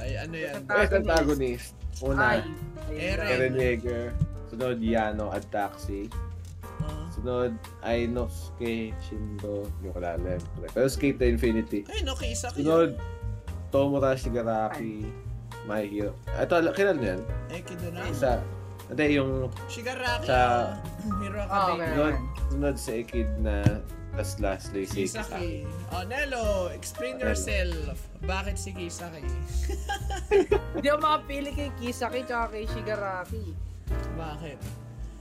S1: Ay, ano yan?
S4: Best antagonist.
S2: Ay,
S4: Una,
S1: Eren.
S2: Eren.
S4: Eren Yeager. Sunod, Yano at Taxi.
S1: Ah.
S4: Sunod, Ainosuke Shindo. Hindi ko alam. Pero Skate the Infinity.
S1: Ay, no, kisa kayo.
S4: Sunod, Tomura Shigaraki. My Hero. Ito, al- kilala niyo yan?
S1: Eh, Kidurama.
S4: Isa. Hindi, yung
S1: Shigaraki.
S4: Sa-
S1: ah. Hiro
S2: Ah, okay.
S1: Academia.
S4: sunod, sunod sa Ekid na tas lastly si Kisaki.
S1: Kisaki. Oh, Nelo, explain
S4: Nelo.
S1: yourself. Bakit si Kisaki?
S2: Hindi ako makapili kay Kisaki tsaka kay Shigaraki.
S1: Bakit?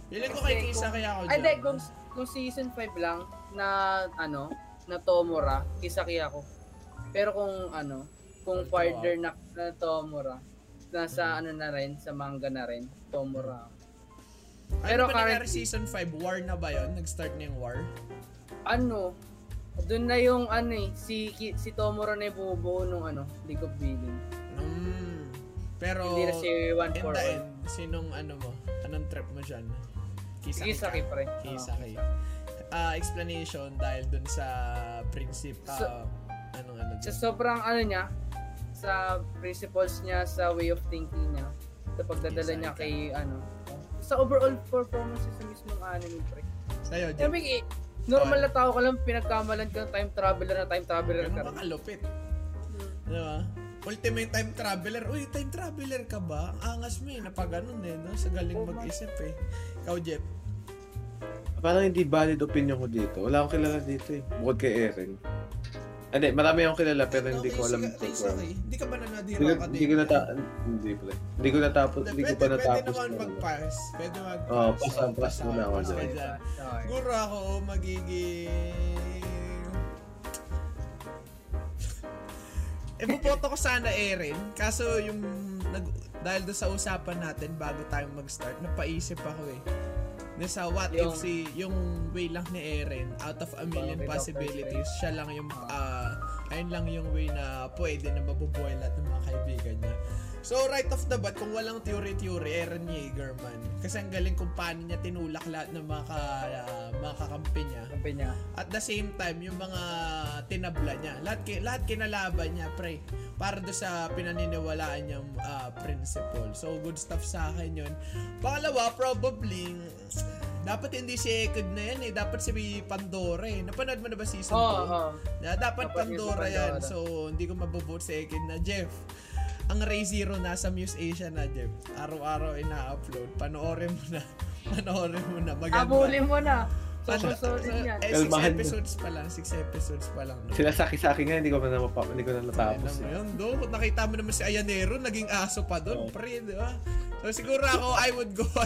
S1: Piling ko
S2: Kasi
S1: kay
S2: kung-
S1: Kisaki ako dyan. Ano
S2: Ay, di, kung, kung season 5 lang na, ano, na Tomura, Kisaki ako. Pero kung, ano, kung farther
S1: ah.
S2: na, na Tomura,
S1: Mm-hmm.
S2: nasa, ano na rin, sa manga na rin, Tomura. ako.
S1: Pero
S2: pero
S1: ano ba nangyari
S2: currently-
S1: season 5? War na ba yun? Nag-start na yung war?
S2: Ano, doon na yung, ano eh, si, Ki- si Tomura na yung bumubuo nung, ano, League of Villains.
S1: Mm. Pero,
S2: Hindi na si One
S1: in
S2: for
S1: the
S2: All.
S1: end, sinong ano mo? Anong trip mo dyan? Kisaki
S2: Kisaki
S1: ka?
S2: pa rin.
S1: Kisaki. Ah, explanation dahil dun sa prinsip, ah,
S2: So-
S1: anong ano
S2: Sa
S1: dyan?
S2: sobrang ano niya, sa principles niya, sa way of thinking niya, sa pagdadala niya kay ano, sa overall performance sa mismong anime pre.
S1: Sa'yo, Jun.
S2: Sabi eh, normal na tao ka lang, pinagkamalan ka ng time traveler na time traveler ka Hmm.
S1: Ganun
S2: rin.
S1: ka kalupit. Di ba? Ultimate time traveler. Uy, time traveler ka ba? Ang angas mo eh, napaganon eh, no? Sa galing
S2: Oh
S1: mag-isip eh. Ikaw, Jeff.
S3: Parang hindi valid opinion ko dito. Wala akong kilala dito eh. Bukod kay Eren. Hindi, marami akong kilala pero hindi ko alam. ano.
S1: Kay Saki, hindi ka ba na
S3: Hindi
S1: nadira
S3: ko,
S1: ka
S3: hindi ko nata... Hindi pre. Hindi ko natapos.
S1: Hindi,
S3: Hindi ko
S1: pwede,
S3: pa
S1: pwede
S3: natapos. ano.
S1: naman
S3: na-
S1: mag-pass. Pwede mag-pass.
S3: Oo, pass ang- pass muna ako
S1: pass ka
S3: dyan.
S1: dyan.
S2: Okay.
S1: Siguro ako oh, magiging... Eh, pupoto ko sana Erin. Kaso yung... Nag, dahil doon sa usapan natin bago tayo mag-start, napaisip ako eh. Doon sa what
S2: Yung-
S1: if si... Yung way lang ni Erin, out of a million
S2: Bakit
S1: possibilities, siya lang yung... ah, ayun lang yung way na pwede na mabubuhay lahat ng mga kaibigan niya. So right off the bat, kung walang theory-theory, Eren Yeager man. Kasi ang galing kung paano niya tinulak lahat ng mga, ka, ah, mga kakampi niya.
S2: Kampi niya.
S1: At the same time, yung mga tinabla niya. Lahat, ki- lahat kinalaban niya, pre. Para doon sa pinaniniwalaan niyang ah, principle. So, good stuff sa akin yun. Pangalawa, probably, dapat hindi si Ekod na yan eh. Dapat si Pandora eh. Napanood mo na ba season 2?
S2: Oo, oo.
S1: Na, dapat
S2: Dapat yun
S1: Pandora
S2: si
S1: yan.
S2: Pandora.
S1: So, hindi ko mabobote sa akin na Jeff. Ang Ray Zero nasa Muse Asia na, Jeff. Araw-araw ina-upload. Panoorin mo na. Panoorin mo na. Maganda.
S2: Abulin Ah, mo na. So,
S1: Pan-
S2: so, so,
S1: so,
S2: yan.
S1: eh, six
S3: Kalmahan mo.
S1: episodes pa lang. Six episodes pa lang. No?
S3: Sila Saki-Saki nga, hindi ko na, mapa- hindi ko na natapos.
S1: Alam mo
S3: eh.
S1: yun, do? Kung nakita mo naman si Ayanero, naging aso pa
S3: Oh.
S1: doon, pre, di ba? So, siguro ako, I would go...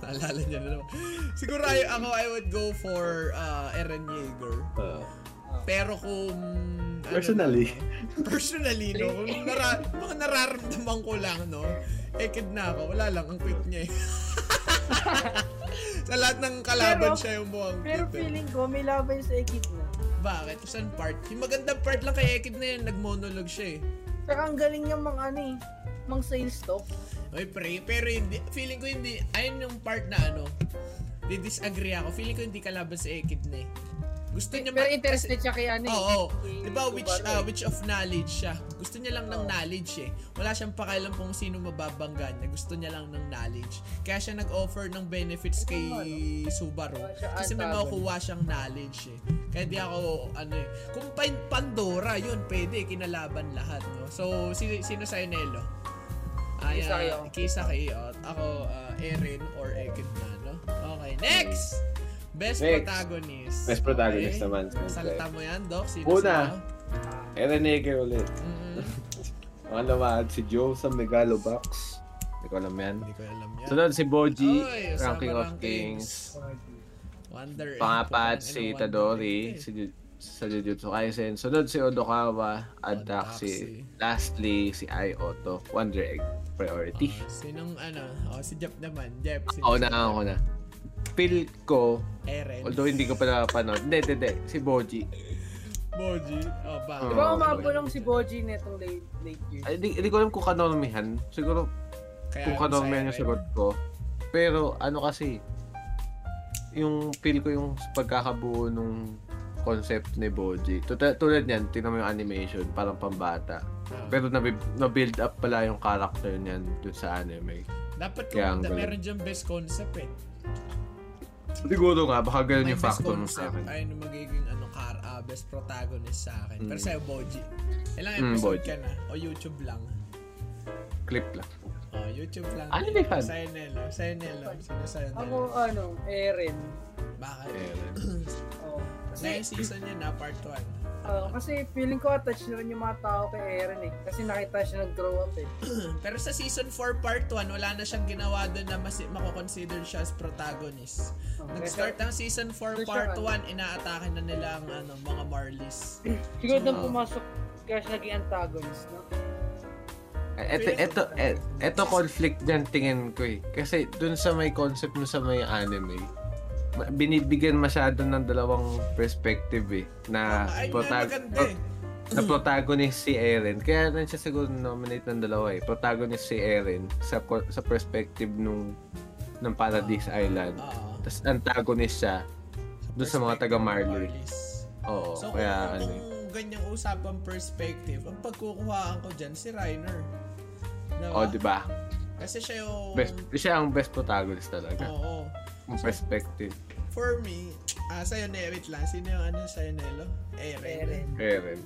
S1: Naalala niya na naman. Siguro ay- ako, I would go for uh, Eren Yeager.
S4: Uh,
S3: Ah.
S1: Pero kung... ano,
S3: Personally.
S1: no? personally, no? Kung nara- mga nararamdaman ko lang, no? Ekid na ako. Wala lang. Ang quick niya eh. Sa lahat ng kalaban
S2: Pero-
S1: siya yung buwang
S2: Pero
S1: quick, eh.
S2: feeling ko, may laban sa ekip na.
S1: Bakit? Saan part? Yung magandang part lang kay Ekid na yun. Nag-monologue siya eh.
S2: Saka ang galing niya mga ano eh, mga sales talk.
S1: Oy, pre. Pero hindi, feeling ko hindi. Ayun yung part na ano. Di-disagree ako. Feeling ko hindi kalaban si Ekid na eh. Gusto niya
S2: Pero
S1: ma-
S2: interested siya kay ano eh.
S1: Oo.
S2: kay
S1: Di ba, which, uh,
S2: Kumbaro eh.
S1: which of knowledge siya. Gusto niya lang ng knowledge eh. Wala siyang pakialam kung sino mababangga niya. Gusto niya lang ng knowledge. Kaya siya nag-offer ng benefits kay Subaru.
S2: Wala oh. siya
S1: Kasi may
S2: antagon.
S1: makukuha siyang knowledge eh. Kaya di ako, ano eh. Kung Pan- Pandora, yun, pwede. Kinalaban lahat, no? So, sino, sino sa'yo, Nelo? Ay,
S2: Kisa kayo.
S1: ah, Kisa kayo. Ako, ah, Erin or Ekid na, no? Okay, next! Best
S3: Next.
S1: protagonist.
S3: Best protagonist naman, siyempre.
S1: Salta mo yan, Doc. Sino
S3: Una.
S1: sino?
S3: Eren Yeager ulit.
S1: Mm-mm.
S3: Pangalawa, si Joe sa Megalobox. Hindi ko alam yan.
S1: Hindi ko alam yan.
S4: Sunod si Boji,
S1: Oy, Osama
S4: Ranking of
S1: Rankings.
S4: Kings.
S1: Wonder Egg,
S4: Pangapat
S1: Pokemon,
S4: si
S1: ano,
S4: Tadori,
S1: Wonder
S4: si Ju- sa Jujutsu Kaisen. Sunod si Odokawa, Adak si...
S1: Adachi.
S4: Lastly, si Ai Otto, Wonder Egg,
S1: Egg.
S4: priority.
S1: Ah, sinong ano? Oh, si Jeff naman. Jeff. Sino
S4: Ako na, ako na. Feel ko,
S1: Eren.
S4: although hindi ko pa napanood, hindi, hindi, hindi, si Boji.
S1: Boji. Oh, bakit?
S2: Di ba
S4: Oo.
S2: umabulong si Boji netong late, late year?
S4: Ay, Hindi, hindi ko alam kung kanormihan. Siguro
S1: Kaya
S4: kung
S1: ako sa
S4: kanormihan yung
S1: Eren.
S4: sagot ko. Pero ano kasi, yung feel ko yung pagkakabuo nung concept ni Boji. Tut- tulad niyan, tingnan mo yung animation, parang pambata.
S1: Ah.
S4: Pero nabi- na-build up pala yung character niyan dun sa anime.
S1: Dapat
S4: Kaya
S1: kung
S4: ang galing.
S1: meron dyan best concept eh.
S4: Siguro nga, baka ganun
S1: May
S4: yung
S1: best
S4: factor mo
S1: concept.
S4: sa akin.
S1: Ayun yung magiging ano, car, ah, best protagonist sa akin.
S4: Mm.
S1: Pero sa'yo, Boji. Ilang
S4: Mm,
S1: episode
S4: Boji.
S1: ka na? O YouTube lang?
S4: Clip lang.
S1: Oh, YouTube lang.
S4: Anime fan.
S1: Sa'yo, Nelo. Sa'yo, Nelo. Sino sa'yo, Nelo?
S2: Ako ano, Eren.
S1: Bakit?
S4: Eren.
S2: Oh. Kasi,
S1: Ngayon season yun na, part 1.
S2: oh, kasi feeling ko attached na rin yung mga tao kay Eren eh. Kasi nakita siya nag-grow up eh.
S1: Pero sa season 4 part 1, wala na siyang ginawa doon na mas makoconsider siya as protagonist. Nag-start ang season 4
S2: Sure,
S1: part
S2: sure.
S1: 1, inaatake na nila ang ano, mga Marlies.
S2: Siguro nung
S4: Oo.
S2: pumasok, kaya siya naging antagonist, no?
S4: Eto, eto, eto, eto conflict dyan tingin ko eh. Kasi dun sa may concept mo sa may anime, ma- binibigyan masyado ng dalawang perspective eh.
S1: Ayun
S4: Na
S1: nga,
S4: protag-
S1: maganda eh.
S4: na protagonist si Eren. Kaya lang siya siguro nominate ng dalawa eh. Protagonist si Eren sa co- sa perspective nung ng Paradise Island.
S1: Ah,
S4: Tapos antagonist siya. Doon sa mga taga Marley.
S1: Marlies.
S4: Oo,
S1: So, kung,
S4: kaya ano
S1: kung
S4: eh.
S1: ganyang usapang perspective, ang pagkukuhaan ko dyan, si Reiner. Diba?
S4: Oh, di ba?
S1: Kasi siya yung...
S4: Best, siya ang best protagonist talaga.
S1: Oo.
S4: Ang perspective.
S1: For me, ah, sa'yo, ne, wait lang. Sino yung ano, sa'yo, Nelo? Eren.
S2: Eren.
S4: Eren.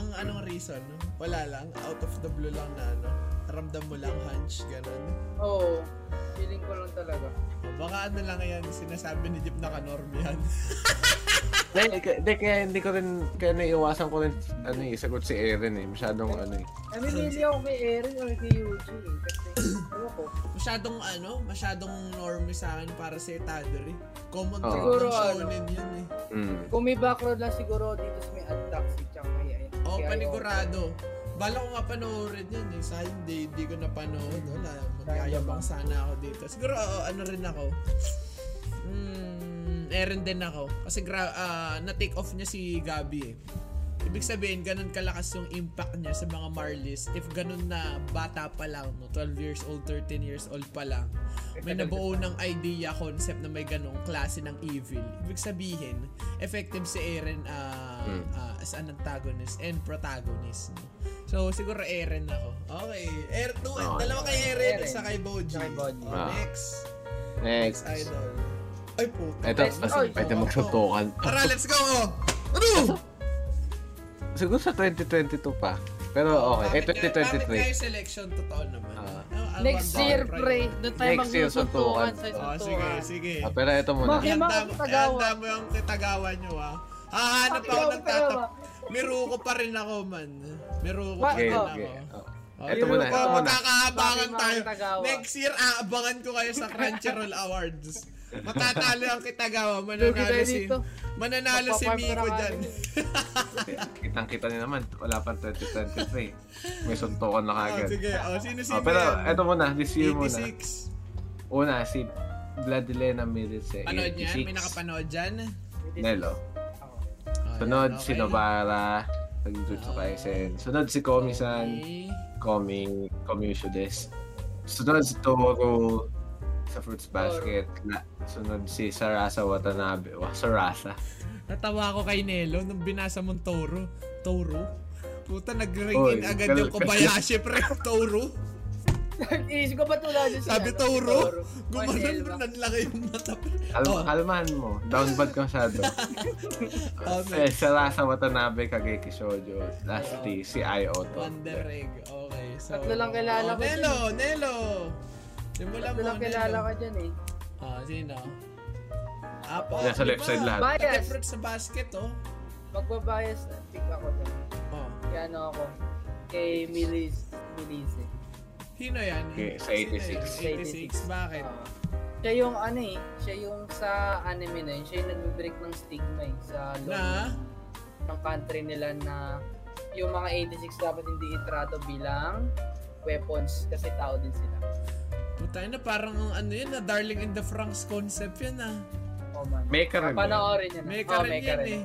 S1: Ang anong reason? no? Wala lang. Out of the blue lang na ano. Ramdam mo lang, hunch, ganun.
S2: Oo. feeling ko lang talaga.
S1: O, baka ano lang yan, sinasabi ni Jeep na kanorm yan.
S4: Hindi, k- hindi, kaya hindi ko rin, kaya naiiwasan ko rin, ano eh, sagot si Eren eh. Masyadong ano eh.
S2: Namimili ako kay Eren or kay Yuji eh. Kasi, ano ko,
S1: masyadong ano, masyadong normy sa akin para sa Itadori. Common
S4: Oo.
S1: trait
S2: Siguro,
S1: ng
S2: ano.
S1: shonen yun eh.
S4: Mm.
S2: kung may background lang siguro dito sa may attack si Chang kay
S1: Oo, Oh,
S2: kay
S1: panigurado. Bala ko nga panoorin yun eh. Sayang hindi, hindi ko napanood. Wala, magyayabang sana ako dito. Siguro, oo, ano rin ako. Hmm, Eren din ako. Kasi gra- ah, na-take off niya si Gabi eh. Ibig sabihin, ganun kalakas yung impact niya sa mga Marlies. If ganun na bata pa lang, no, 12 years old, 13 years old pa lang, may nabuo ng idea, concept na may ganong klase ng evil. Ibig sabihin, effective si Eren ah,
S4: Mm.
S1: ah, as an antagonist and protagonist. no? So, siguro Eren ako. Okay. Er, two,
S4: Okay.
S1: dalawa kay Eren,
S2: Eren.
S1: isa kay Boji.
S2: Isa kay Boji.
S1: Oh,
S4: Ah.
S1: Next. Next
S4: Next.
S1: idol. Ay, puta.
S4: Ito,
S2: Next.
S4: basta
S2: Ay,
S4: pwede
S1: oo,
S4: magsutukan.
S1: Tara, let's go! Oh. Ano?
S4: Siguro sa 2022 pa. Pero okay, eh
S1: Bakit kaya- Bakit kaya
S4: 2023.
S1: yung selection? Totoo naman.
S4: Ah.
S1: Ano,
S2: Next
S1: ano,
S2: year,
S1: ano,
S2: pre. Doon tayo
S4: Next year,
S2: magsusuntukan
S4: suntukan.
S1: Oh,
S2: sa
S1: sige,
S2: suntukan.
S1: sige.
S4: Ah, pero ito muna.
S2: Bakit? Ay, mga
S1: Ihanda mo-
S2: kitagawa.
S1: ihanda mo yung kitagawa nyo, ah. Hahanap ako
S2: Kitagawa,
S1: ng tatap.
S2: kitagawa.
S1: Miruko pa rin ako, man. Miruko pa
S4: Okay,
S1: rin
S2: Bakit?
S1: ako.
S4: okay. Oh.
S1: Oh,
S4: Ito muna,
S1: Miruko,
S4: ito muna.
S1: magkakaabangan
S2: Bakit mga
S1: tayo.
S2: kitagawa?
S1: Next year, aabangan ko kayo sa Crunchyroll Awards. Matatalo ang kitagawa.
S2: Lugi
S1: Mananalo
S2: tayo
S1: si,
S2: dito.
S1: mananalo si
S2: Magpa-farm
S1: Miko
S2: na kami.
S1: dyan.
S4: Kitang-kita niyo naman, wala pa 2023. May suntukan na
S1: oh,
S4: kagad.
S1: sige, oh, sino-sino
S4: Ah, pero
S1: yan?
S4: ito muna, this year muna.
S1: 86.
S4: Una, si Vladilena Milice,
S1: Panood niya? May
S4: 86.
S1: nakapanood dyan?
S4: Nelo.
S2: Ako.
S1: Oh,
S4: Sunod,
S1: yan,
S4: si
S1: okay.
S4: Novara. Nagjutsu Kaisen. Sunod, si Komi-san.
S1: Okay.
S4: Komi, Komi Ushudes. Sunod, si Toro sa Fruits Basket. Na, sunod, si Sarasa Watanabe. Wah, Sarasa.
S1: Natawa ako kay Nelo nung binasa mong Toro. Toro? Puta, nag-ring in
S4: Oy,
S1: agad yung
S4: pero-
S1: Kobayashi, pre. Toro?
S2: Iisip ko ba tulad yun
S1: Sabi
S2: ano,
S1: Toro? Gumanon
S2: Marcel ba?
S1: mo, nanlaki yung mata, pre.
S4: Kalma,
S1: Oh.
S4: Kalmahan mo. Down bad ka masyado.
S1: Oh,
S4: eh, Sarasa Watanabe, Kageki Shoujo. Last day, si Ai Oto.
S1: Wonder Egg. Okay, so...
S2: Tatlo lang
S1: oh,
S2: kilala ko
S1: Nelo, Nelo! Simulan
S2: Tatlo
S1: mo,
S2: lang kilala
S1: Nelo.
S2: ka dyan eh.
S1: Ah, sino? Ah, Apo,
S4: Yeah, sa left side lahat.
S1: Bias.
S2: Bias.
S1: Different sa basket, oh.
S2: Magbabias na pick ako dyan.
S1: Oh.
S2: Kaya ano ako. Kay Milis. eh. Milise.
S1: Sino yan?
S4: Okay, sa
S1: Sino yan?
S2: 86.
S1: 86, bakit?
S2: Ah. siya yung ano eh. Siya yung sa anime na yun. Siya yung nagbe-break ng stigma eh. Sa loob
S1: Na?
S2: ng country nila na yung mga 86 dapat hindi itrato bilang weapons kasi tao din sila.
S1: Putay na, parang ang ano yun, na Darling in the Franks concept yun, ah.
S2: Oh man.
S4: Mecha rin yun.
S2: Panoorin niya na.
S1: May
S2: Oh,
S1: ka rin
S2: mecha
S1: yan
S2: rin.
S1: eh.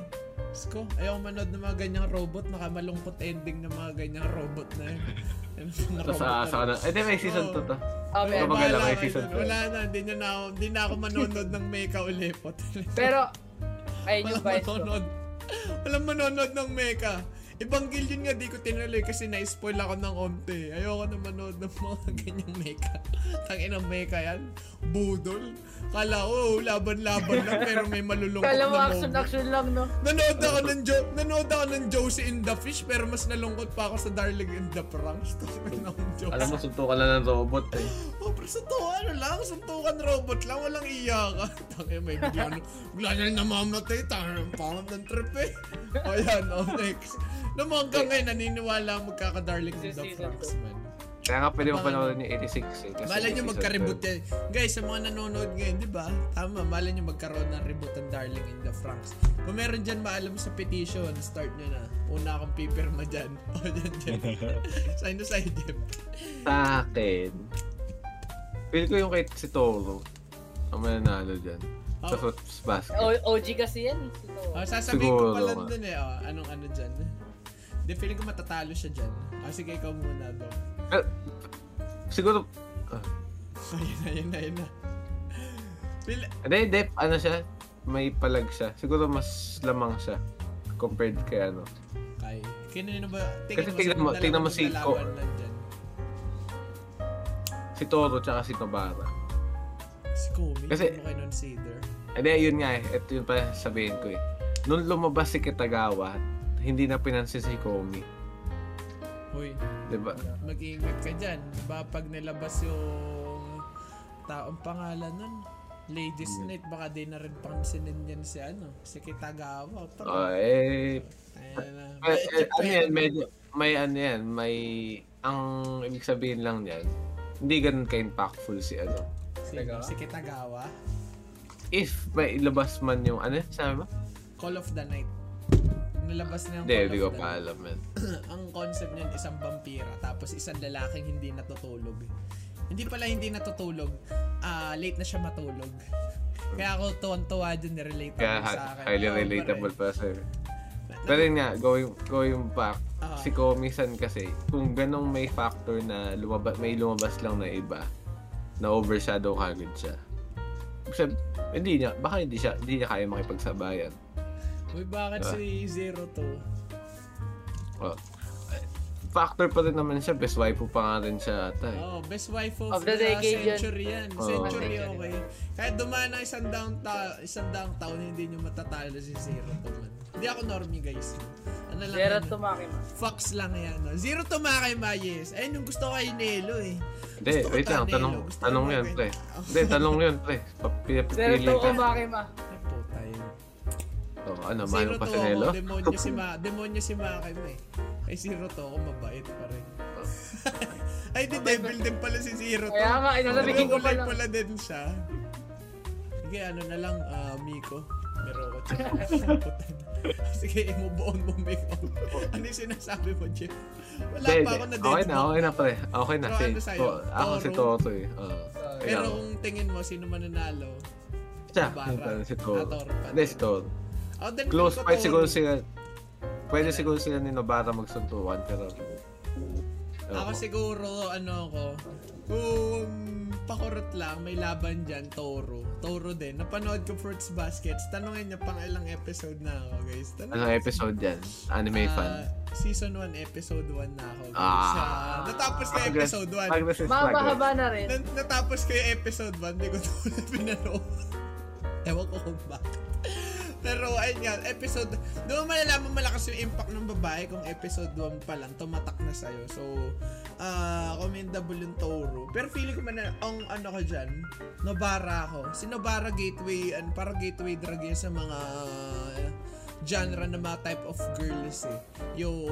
S1: Diyos ko, ayaw manood ng mga ganyang robot. Nakamalungkot ending ng mga ganyang robot na yun. Ayun, mga
S4: Tapos
S1: robot na-
S4: aasa ka na. Eh, di, may season 2
S2: Oh,
S4: to.
S1: Ayun,
S2: meron.
S4: Kumbaga
S1: bahala
S4: lang kay
S1: kayo
S4: season
S1: dun.
S4: two.
S1: Wala na, hindi na, na, hindi na ako manonood ng Mecha ulit. Putin.
S2: Pero, ayun yung
S1: Walang
S2: bias ko.
S1: manonood. Walang manonood ng Mecha. Evangelion nga di ko tinuloy kasi na-spoil ako ng onte. Ayoko na manood ng mga ganyang mecha. Tangin ang mecha yan. Budol. Kala ko, oh, laban-laban lang pero may malulungkot na
S2: Kala mo action
S1: moment.
S2: action lang no.
S1: Nanood ako ng jo- nanood ako ng Josie in the Fish pero mas nalungkot pa ako sa Darling in the Franxx. Tapos na akong Josie.
S4: Alam mo, suntukan lang ng robot eh.
S1: Oh, pero suntukan ano lang, suntukan robot lang, walang iyakan. Tangin, may bigla na, bigla na rin namamatay, tangin, pangam ng trip eh. O yan, oh, next. Naman hanggang ngayon, naniniwala ang magkakadarling in the Franks, man.
S4: Kaya nga pwede mo panoorin yung 86 eh. kasi
S1: Malay nyo
S4: may season
S1: magka-reboot
S4: two.
S1: yan. Guys, sa mga nanonood ngayon, di ba? Tama, malay nyo magkaroon ng reboot ng Darling in the Franks. Kung meron dyan maalam sa petition, start nyo na. Una akong pipirma dyan. O, dyan, dyan. Sign na sa'yo, Jeff.
S4: Sa akin, feel ko yung kay si Toro ang mananalo dyan. Sa
S1: Oh.
S4: Fruits Basket.
S2: O- OG kasi yan eh. Sino?
S1: O, Oh, sasabihin ko
S4: Siguro,
S1: pala
S4: ah.
S1: dun eh. O, Oh, anong ano dyan? Hindi, feeling ko matatalo siya dyan. Ah, sige, ikaw muna, Dom.
S4: Eh, siguro, ah,
S1: Ayun na, ayun na, ayun na. Feel,
S4: hindi, hindi, ano siya, may palag siya. Siguro mas lamang siya compared kay ano.
S1: kay, kanino ba?
S4: Kasi tingnan mo-
S1: sino
S4: tingnan mo
S1: dalawa-
S4: si
S1: dalawan
S4: Ko-
S1: nandyan?
S4: Si Toro tsaka si Nobara.
S1: Si Komi,
S4: Kasi-
S1: hindi mo kay non Sader.
S4: Hindi, yun nga eh. Ito yun pa sabihin ko eh. Nung lumabas si Kitagawa, hindi na pinansin si Komi.
S1: Hoy,
S4: Diba?
S1: mag-ingat ka dyan. Baka pag nilabas yung taong pangalan nun, Ladies Night, baka di na rin pansinin yan si ano, si Kitagawa.
S4: Oh,
S1: Tara.
S4: eh,
S1: Ayan na.
S4: eh, eh, ano yan, medyo, may ano yan, may, ang ibig sabihin lang yan, hindi ganun ka-impactful si ano.
S1: Sino? Si Kitagawa.
S4: If may ilabas man yung, ano, sabi mo?
S1: Call of the Night. Nilabas na yung
S4: Hindi,
S1: Call
S4: hindi
S1: of
S4: ko
S1: the
S4: pa
S1: Night.
S4: alam yan.
S1: ang concept niyan isang vampira tapos isang lalaking hindi natutulog. Hindi pala hindi natutulog. Ah, late na siya matulog. Kaya ako tuwan-tuwa dun, relate
S4: Kaya
S1: sa akin. eh.
S4: highly
S1: Oo,
S4: relatable pa sa'yo.
S1: pare.
S4: Pero yun nga, going, going back,
S1: Ah.
S4: si Komi-san kasi, kung ganong may factor na lumaba, may lumabas lang na iba, na overshadow kagad siya. Kasi, hindi niya, baka hindi siya, hindi niya kaya makipagsabayan.
S1: Uy, bakit
S4: Diba?
S1: si Zero to?
S4: Oh. Factor pa rin naman siya, best waifu pa nga rin siya ata. eh.
S1: Oh, best wife of, ah,
S2: Of the decade yun.
S1: century yan.
S4: Oo.
S1: Century,
S2: Century.
S1: okay. Kahit dumaan ng isang downtown, isang downtown, hindi nyo matatalo si Zero to man. Hindi ako normie, guys. Ano lang
S2: Zero
S1: yan,
S2: to Makima.
S1: Fox lang yan. No? Zero to Makima, yes. Ayun yung gusto ko kay Nelo eh.
S4: Hindi,
S1: gusto ko
S4: wait lang,
S1: tanilo,
S4: tanong,
S1: gusto ko
S4: tanong yan,
S1: mag-
S4: pre. Hindi, tanong yan, pre.
S2: Zero
S4: Pinapipili
S2: to
S4: ka.
S2: Makima.
S1: Ay, puta yun.
S4: Oh, ano,
S1: Zero
S4: mano pa
S1: to
S4: si Nelo?
S1: ako, demonyo si Ma, demonyo si Makim eh. Ay, zero to ako, mabait pa rin. Ay, di devil din pala si zero to.
S2: Kaya nga, inasabihin ko
S1: Kulay
S2: pala.
S1: pala din siya. Sige, ano na lang, ah, Miko. Pero what Sige, imubuon mo, Miko. Ano yung sinasabi mo, Jeff? Wala
S4: Hindi,
S1: pa ako
S4: hindi.
S1: na
S4: Okay na, okay na, pre. Okay na,
S1: Pero
S4: si,
S1: ano sa'yo?
S4: to, ako si
S1: Toro?
S4: Toto eh. Oh,
S1: Pero
S4: ikaw.
S1: kung tingin mo, sino mananalo?
S4: Siya,
S1: Ibarra.
S4: yung tanong si
S1: Ah,
S4: Toro.
S1: Toro pa.
S4: Hindi, si Toro.
S1: Oh, then
S4: Close
S1: Miko,
S4: fight siguro
S1: Toro.
S4: sila. Pwede siguro sila ni Nobara magsuntuan, pero...
S1: Ako siguro, ano ako, kung pakurot lang, may laban dyan, Toro. Toro din. Napanood ko Fruits Baskets. Tanungin niya pang ilang episode na ako, guys. Tanungin
S4: Anong episode yan? Anime
S1: Ah,
S4: fan.
S1: Season 1, episode 1 na ako, guys.
S4: Ah.
S1: Ah, natapos na episode 1.
S4: Magnus is
S2: Mahaba-haba
S4: Magnus.
S2: na rin.
S1: Nan- natapos ko yung episode 1, hindi ko tulad pinanood. Ewan ko kung bakit. Pero ayun nga, episode, doon mo malalaman malakas yung impact ng babae kung episode 1 pa lang, tumatak na sa'yo. So, ah commendable yung Toro. Pero feeling ko man, ang ano ko dyan, Nobara ako. Si Nobara Gateway, and para gateway drug yan sa mga genre na mga type of girls eh. Yung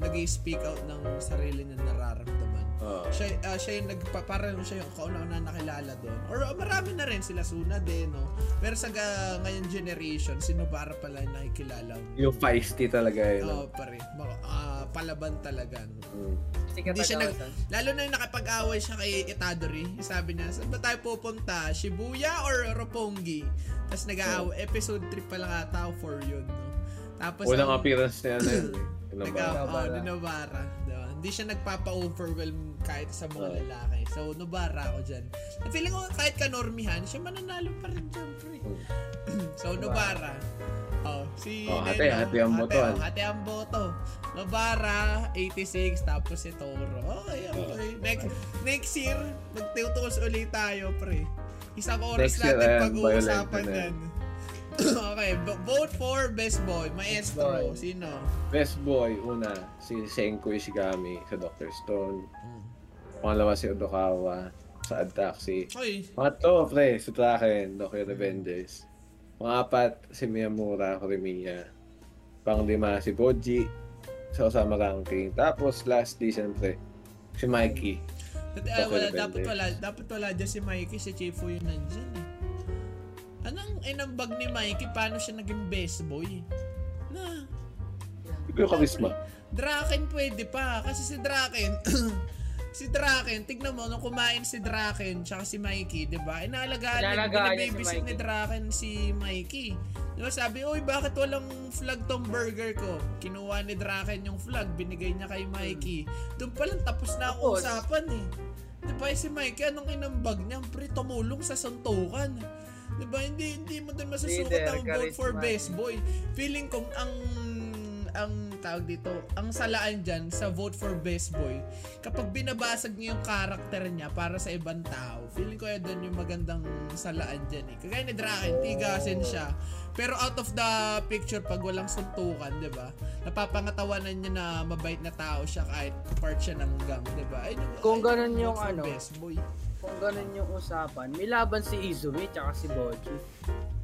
S1: nag speak out ng sarili niya nararamdaman
S4: Oo.
S1: siya, ah, siya yung nagpa, parang siya yung kauna-una nakilala doon. Or ah, marami na rin sila Suna din, no? Pero sa ga, ngayon generation, sino para pala yung nakikilala mo?
S4: Yung feisty talaga yun.
S1: Oo, pare. Ma- ah, palaban talaga, no?
S4: Mm.
S2: Si
S1: Hindi siya nag...
S2: Katagawasan.
S1: Lalo na yung nakipag-away siya kay Itadori. Sabi niya, saan ba tayo pupunta? Shibuya or Roppongi? Tapos nag-aaway. Episode 3 pa lang ata o 4 yun, no? Tapos...
S3: Unang
S1: ang-
S3: appearance niya na yun. eh. Ano ba?
S4: ah,
S1: Nag-
S2: Nobara.
S1: oh, ni Nobara. Diba? Hindi siya nagpapa-overwhelm kahit sa mga
S3: Oo.
S1: lalaki. So, Nobara ako dyan. At feeling ko kahit kanormihan, siya mananalo pa rin dyan, pre. so, Nobara. Oh, si
S3: Oh, hati,
S1: Neno.
S3: hati ang boto,
S1: Hati, oh,
S3: ah.
S1: hati ang boto. Nobara, 86, tapos si Toro. Okay, okay. Next, next year, magtutuos ulit tayo, pre. Isang oras
S3: Next year,
S1: natin
S3: ayan,
S1: pag-uusapan
S3: violent na
S1: yan. okay, b- vote for best boy, maestro.
S2: boy.
S1: Sino?
S3: Best boy, una, si Senku Ishigami sa Dr. Stone.
S1: Mm.
S3: Pangalawa si Odokawa sa Ad Taxi.
S1: Oy,
S3: Pangatlo, pre, si Draken,
S4: Mm.
S3: Doki Revengers. Pangapat, si Miyamura Horimiya. Panglima, si Boji sa Osama Ranking. Tapos, lastly, siyempre, si Mikey.
S1: But, ah,
S3: Baka
S1: wala,
S3: depende.
S1: dapat wala, dapat wala dyan si Mikey, si Chifu yun nandyan eh. Anong inambag ni Mikey, paano siya naging best boy? Na,
S3: Siguro karisma.
S1: Draken pwede pa, kasi si Draken, si Draken, tignan mo, nung kumain si Draken, tsaka si Mikey, di ba? Inaalagaan,
S2: Inaalagaan niya si
S1: binababysit ni
S2: Mikey.
S1: Draken si Mikey. Di ba sabi, uy, bakit walang flag tong burger ko? Kinuha ni Draken yung flag, binigay niya kay Mikey. Doon palang tapos na ang
S2: Tapos.
S1: usapan eh. Di ba si Mikey, anong inambag niya? Pre, tumulong sa suntukan. Di ba? Diba? Hindi, hindi mo doon masusukat
S2: Leader,
S1: ang vote for
S2: charisma.
S1: best boy. Feeling ko ang ang tawag dito, ang salaan dyan sa vote for best boy, kapag binabasag niyo yung karakter niya para sa ibang tao, feeling ko yun doon yung magandang salaan dyan eh. Kagaya ni Draken, tigasin siya. Pero out of the picture, pag walang suntukan, di ba? Napapangatawanan niya na mabait na tao siya kahit part siya ng gang, di ba? Ay, nung-
S2: Kung
S1: ay,
S2: ganun
S1: vote
S2: yung
S1: for
S2: ano,
S1: best boy.
S2: Kung ganun yung usapan, may laban si Izumi tsaka si Boji.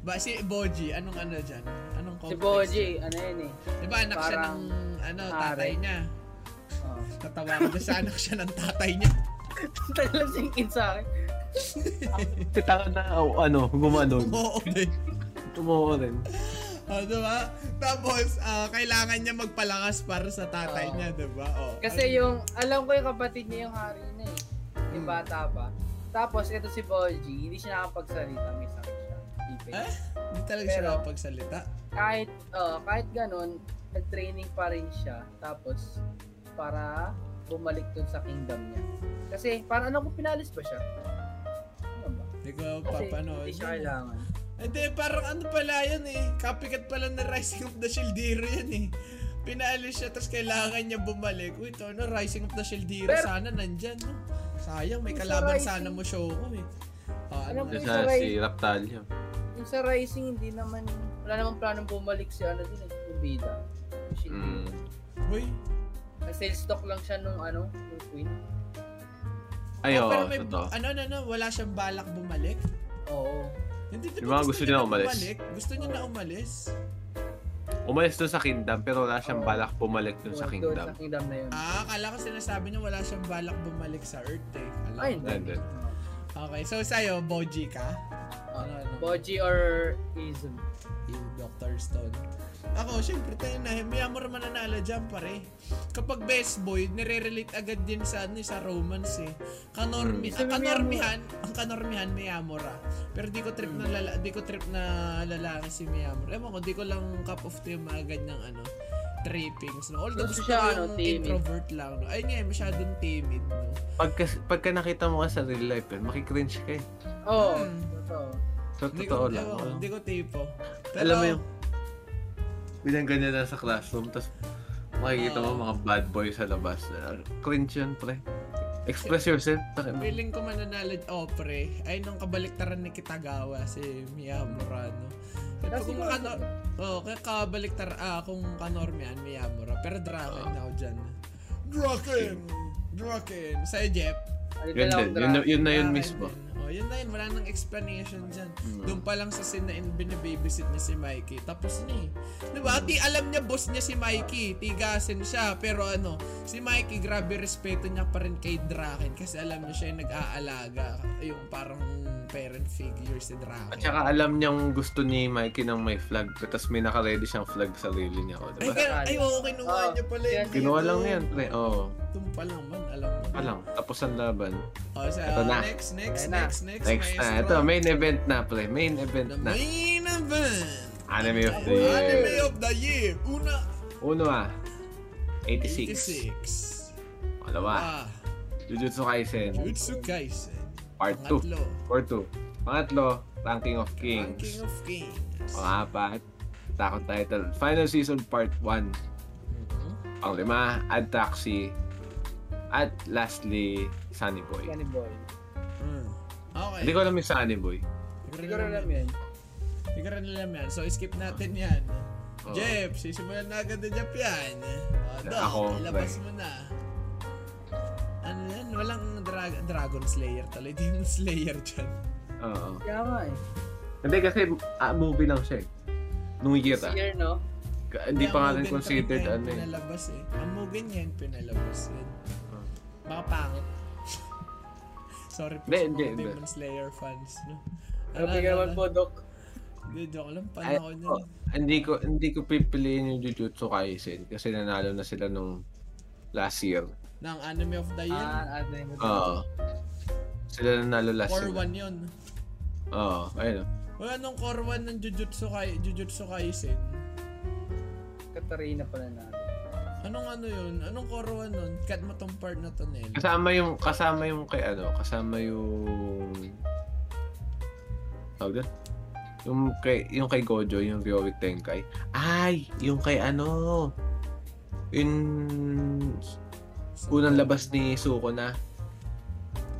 S1: Ba, si Boji, anong ano dyan? Anong
S2: Si
S1: complex?
S2: Boji, ano yan eh.
S1: Di ba, Diba, anak siya ng
S2: parang
S1: ano,
S2: pare.
S1: tatay niya.
S2: Oh.
S1: Tatawa ko siya, anak siya ng tatay niya.
S2: Tagal singkin sa akin.
S4: Titaka na, oh, ano, gumanon.
S1: Oo, din.
S4: Tumuo rin.
S1: Oh, di ba? Tapos, ah, kailangan niya magpalakas para sa tatay
S2: Oo.
S1: niya, di ba? Oh,
S2: Kasi yung, alam ko yung kapatid niya yung hari na eh. Yung
S1: Hmm.
S2: bata pa. Yung bata pa. Tapos, ito si Boji, hindi siya nakapagsalita, may sakit siya. Ipin.
S1: Eh? Hindi talaga siya
S2: Pero-
S1: makapagsalita.
S2: Kahit, oh, kahit ganun, nag-training pa rin siya. Tapos, para bumalik dun sa kingdom niya. Kasi, para ano kung pinalis pa siya? Ano ba?
S1: Hindi ko
S2: Kasi,
S1: papanood.
S2: hindi siya kailangan.
S1: Hindi, parang ano pala yun eh. Copycat pala na Rising of the Shieldiro yun eh. Pinaalis siya, tapos kailangan niya bumalik. Uy, ito ano, Rising of the Shieldiro,
S2: Pero-
S1: sana nandyan. No? Sayang, may
S2: Yung sa
S1: kalaban
S2: Rising-
S1: sana mo show ko eh. Ah,
S2: Alam
S1: ano, na-
S2: ko yung
S4: Sa si Raptalio.
S2: Yung sa Rising, hindi naman, wala namang planong bumalik si ano dun, eh, yung bida. Yung
S4: Mm.
S1: Uy,
S2: Sales stock lang siya nung ano, nung Queen.
S4: Ay,
S1: Ah,
S4: oo,
S1: pero may,
S4: totoo.
S1: ano, ano, ano, wala siyang balak bumalik.
S2: Oo.
S1: Hindi, di
S4: Yung
S1: ba
S4: mga gusto niya na umalis.
S1: Gusto niya na umalis.
S4: Umalis doon sa Kingdom, pero wala siyang
S2: Oo.
S4: balak bumalik doon sa
S2: Doon- Doon
S4: Kingdom.
S2: sa Kingdom na yun.
S1: Ah, akala ko sinasabi niya wala siyang balak bumalik sa Earth eh. Alam
S2: Ay,
S1: ko.
S2: hindi.
S4: Ayun, doon.
S1: Okay, so sa'yo, Boji ka?
S2: Ah,
S1: Ano, ano?
S2: Boji or Izum?
S1: Yung Dr. Stone. Ako, syempre tayo na, may amor mananalo dyan pare. Kapag best boy, nire-relate agad din sa, ano, eh, sa romance eh. Kanormi,
S2: Mm.
S1: ang
S2: Sabi, may
S1: kanormihan, ang kanormihan may amora. Pero di ko trip na
S4: Mm.
S1: lala, di ko trip na lalaki si Miyamura. Ewan ko, di ko lang cup of tea yung mga ganyang ano, trippings. No? Although gusto ko
S2: Gusto siya,
S1: yung
S2: ano, timid.
S1: introvert lang. No? Ayun nga, eh, masyadong timid. No?
S4: Pagka, pagka nakita mo ka sa real life, yun, makikringe ka eh.
S2: Oo,
S1: Hmm.
S2: totoo.
S4: So,
S1: Hindi
S4: totoo
S1: ko,
S4: lang.
S1: ewan ko,
S4: oo.
S1: di ko tipo.
S4: Alam mo yung... Bilang ganyan lang sa classroom, tapos makikita
S1: Oo.
S4: mo mga bad boys sa labas. Ah, Cringe yun, pre. Express yourself. Takin mo.
S1: Feeling ko mananalo oh pre. Ay nung kabaliktaran ni Kitagawa si Miyamura no. Pero
S4: Ah,
S2: Kasi
S1: kung
S2: yung-
S1: makano oh, kaya kabaliktar ah kung kanormian Miyamura pero Draken
S4: Ah.
S1: na ako dyan. Draken. Draken. Sa Jeff.
S2: Ano
S4: Yun din. Yun, na- yun na yun
S1: Draken
S4: mismo.
S1: din. Oh, yun na yun. Wala nang explanation dyan.
S4: Mm.
S1: Doon pa lang sa scene na in- binababysit niya si Mikey. Tapos na eh. Diba? Di alam niya boss niya si Mikey. Tigasin siya. Pero ano, si Mikey grabe respeto niya pa rin kay Draken. Kasi alam niya siya yung nag-aalaga. Yung parang parent figure si Draken.
S4: At saka alam niyang gusto ni Mikey ng may flag, tapos may nakaready siyang flag sa sarili niya. O,
S1: ay,
S4: diba?
S1: kaya- ay, oo, kinuha
S2: Ah,
S1: niya pala yun.
S2: yan.
S4: Ginawa lang yan, pre. Oo.
S1: Tumpa lang man, alam mo.
S4: Alam, tapos ang laban.
S1: Oh, so,
S4: Ito na.
S1: next, next,
S2: Ayan na.
S1: next, next,
S4: Next na,
S1: maestro.
S4: ito, main event na, pre. Main event
S1: The
S4: na.
S1: main event.
S4: Anime of the
S1: Anime
S4: year.
S1: of the year. Una,
S4: Uno ah, 86.
S1: 86.
S4: Pangalawa,
S1: Ah,
S4: Jujutsu Kaisen,
S1: Jutsu Kaisen.
S4: Part 2.
S1: Pangatlo,
S4: Part 2. Pangatlo, Ranking of
S1: Ranking
S4: Kings.
S1: of Kings.
S4: Pangapat, Attack on Titan. Final Season Part 1.
S1: Mhm.
S4: Panglima, Ad Taxi. At lastly, Sunny Boy.
S2: Yan ni Boy.
S1: Mm. Okay.
S4: Hindi ko alam yung Sunny Boy.
S1: Hindi
S2: Siguro alam yan.
S1: Hindi ko rin alam yan. So, skip natin
S4: Oh.
S1: yan.
S4: Oo.
S1: Jeff, sisimulan na agad ni Jeff yan. O, Doc,
S4: Ako,
S1: ilabas
S4: pre.
S1: mo na. Ano yan? Walang dra- Dragon Slayer tuloy. Demon Slayer dyan.
S4: Oo.
S2: Kaya nga eh.
S4: Hindi kasi ah, movie lang siya eh. Nung year
S2: This
S4: ah.
S2: year, no?
S4: Ka- Hindi
S1: Kaya
S4: pa nga
S1: Mugen
S4: rin
S1: Train
S4: considered
S1: yan
S4: ano eh.
S1: Pinalabas eh. Ang Mugen yan pinalabas yun.
S4: Ah.
S1: Baka pangit. Sorry po
S4: Hindi,
S1: sa
S4: hindi,
S1: mga
S4: hindi.
S1: Demon Slayer fans. No? Ano,
S2: Grabe ka naman po, Doc.
S1: Hindi, joke lang.
S4: Ay,
S1: Panahon
S4: oh,
S1: yun.
S4: hindi ko hindi ko pipiliin yung Jujutsu Kaisen kasi nanalo na sila nung last year.
S1: ng Anime of the Year.
S2: Ah, ano yun?
S4: Oo. Sila nanalo last
S1: Core
S4: year.
S1: 1 yun.
S4: Oo, ayun. oh.
S1: Wala nung Core 1 ng Jujutsu, Kai Jujutsu Kaisen.
S2: Katarina pala na.
S1: Anong ano yun? Anong Core 1 nun? Kat mo tong part na to, Nel.
S4: Kasama yung, kasama yung kay ano, kasama yung... Tawag doon? Yung kay, yung kay Gojo, yung Ryorik Tenkai. Ay! Yung kay ano... Yung unang labas ni Suko na.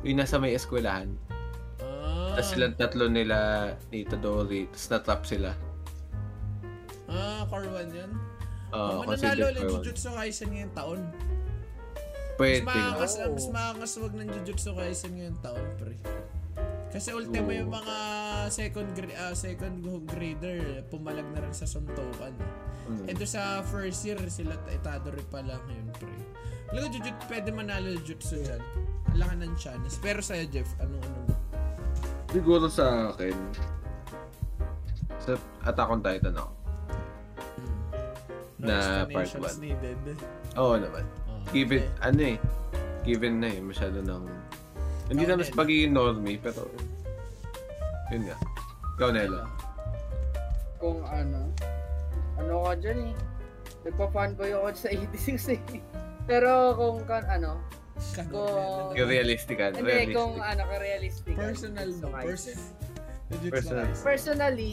S4: Yung nasa may eskwelahan.
S1: Ah,
S4: Tapos silang tatlo nila ni Itadori. Tapos natrap sila.
S1: Ah, Core 1 yun. Oh,
S4: Oo, kasi
S1: mananalo ng
S4: Japan.
S1: Jujutsu Kaisen ngayong taon. Mas
S4: Pwede. nga.
S1: makakas,
S2: Oo.
S1: mas makakaswag ng Jujutsu Kaisen ngayong taon, pre. Kasi ultimo
S4: Oo.
S1: yung mga second grade second grader pumalag na rin sa suntukan.
S4: Mm.
S1: Ito sa first year sila ta- itadori pa lang yun, pre. Alam ko, Jujutsu, pwede manalo Jujutsu dyan. Wala ka ng chance. Pero sa'yo, Jeff, anong ano?
S4: Siguro sa akin, sa Attack on Titan ako.
S1: No Hmm.
S4: Na part
S1: explanations
S4: one.
S1: needed.
S4: Oo naman.
S1: Oh,
S4: Given,
S1: okay.
S4: ano eh, given na eh, masyado ng... Hindi
S1: Ikaw,
S4: naman sa
S1: Nel.
S4: pagiging normie, pero... Yun nga. Ikaw, Nelo.
S1: Diba?
S2: Kung ano. Ano ka dyan eh. Nagpa-fanboy ako sa 86 eh. Pero kung kan ano,
S1: Kanon,
S2: Kung-
S1: Nel.
S4: Yung realistic ka,
S2: hindi
S4: realistic.
S2: kung ano ka realistic.
S1: Personal,
S2: Jujutsu
S1: no?
S2: Kaisen.
S1: Person, Jujutsu
S4: Personal.
S1: Kaisen.
S2: Personally,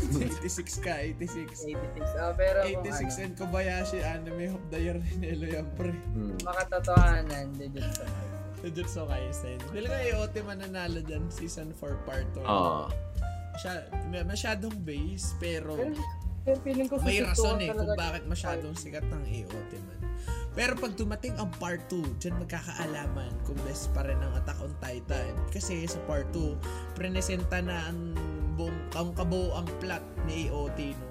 S1: 86 ka, 86.
S2: 86. Ah, pero kung
S1: 86
S2: ano,
S1: and Kobayashi anime of the year ni Nelo yan, pre.
S4: Hmm.
S2: makatotohanan, Jujutsu Kaisen.
S1: Jujutsu Kaisen. Talaga yung OT mananalo dyan, season 4 part 2.
S4: Oo.
S1: masyadong base, pero
S2: Pero, pero feeling ko
S1: may
S2: susuntukan
S1: rason eh kung
S2: talaga-
S1: bakit masyadong sikat ng AOT man. Pero pag dumating ang part 2, dyan magkakaalaman kung best pa rin ang Attack on Titan. Kasi sa part 2, prenesenta na ang buong, ang kabuo ang plot ni AOT, no?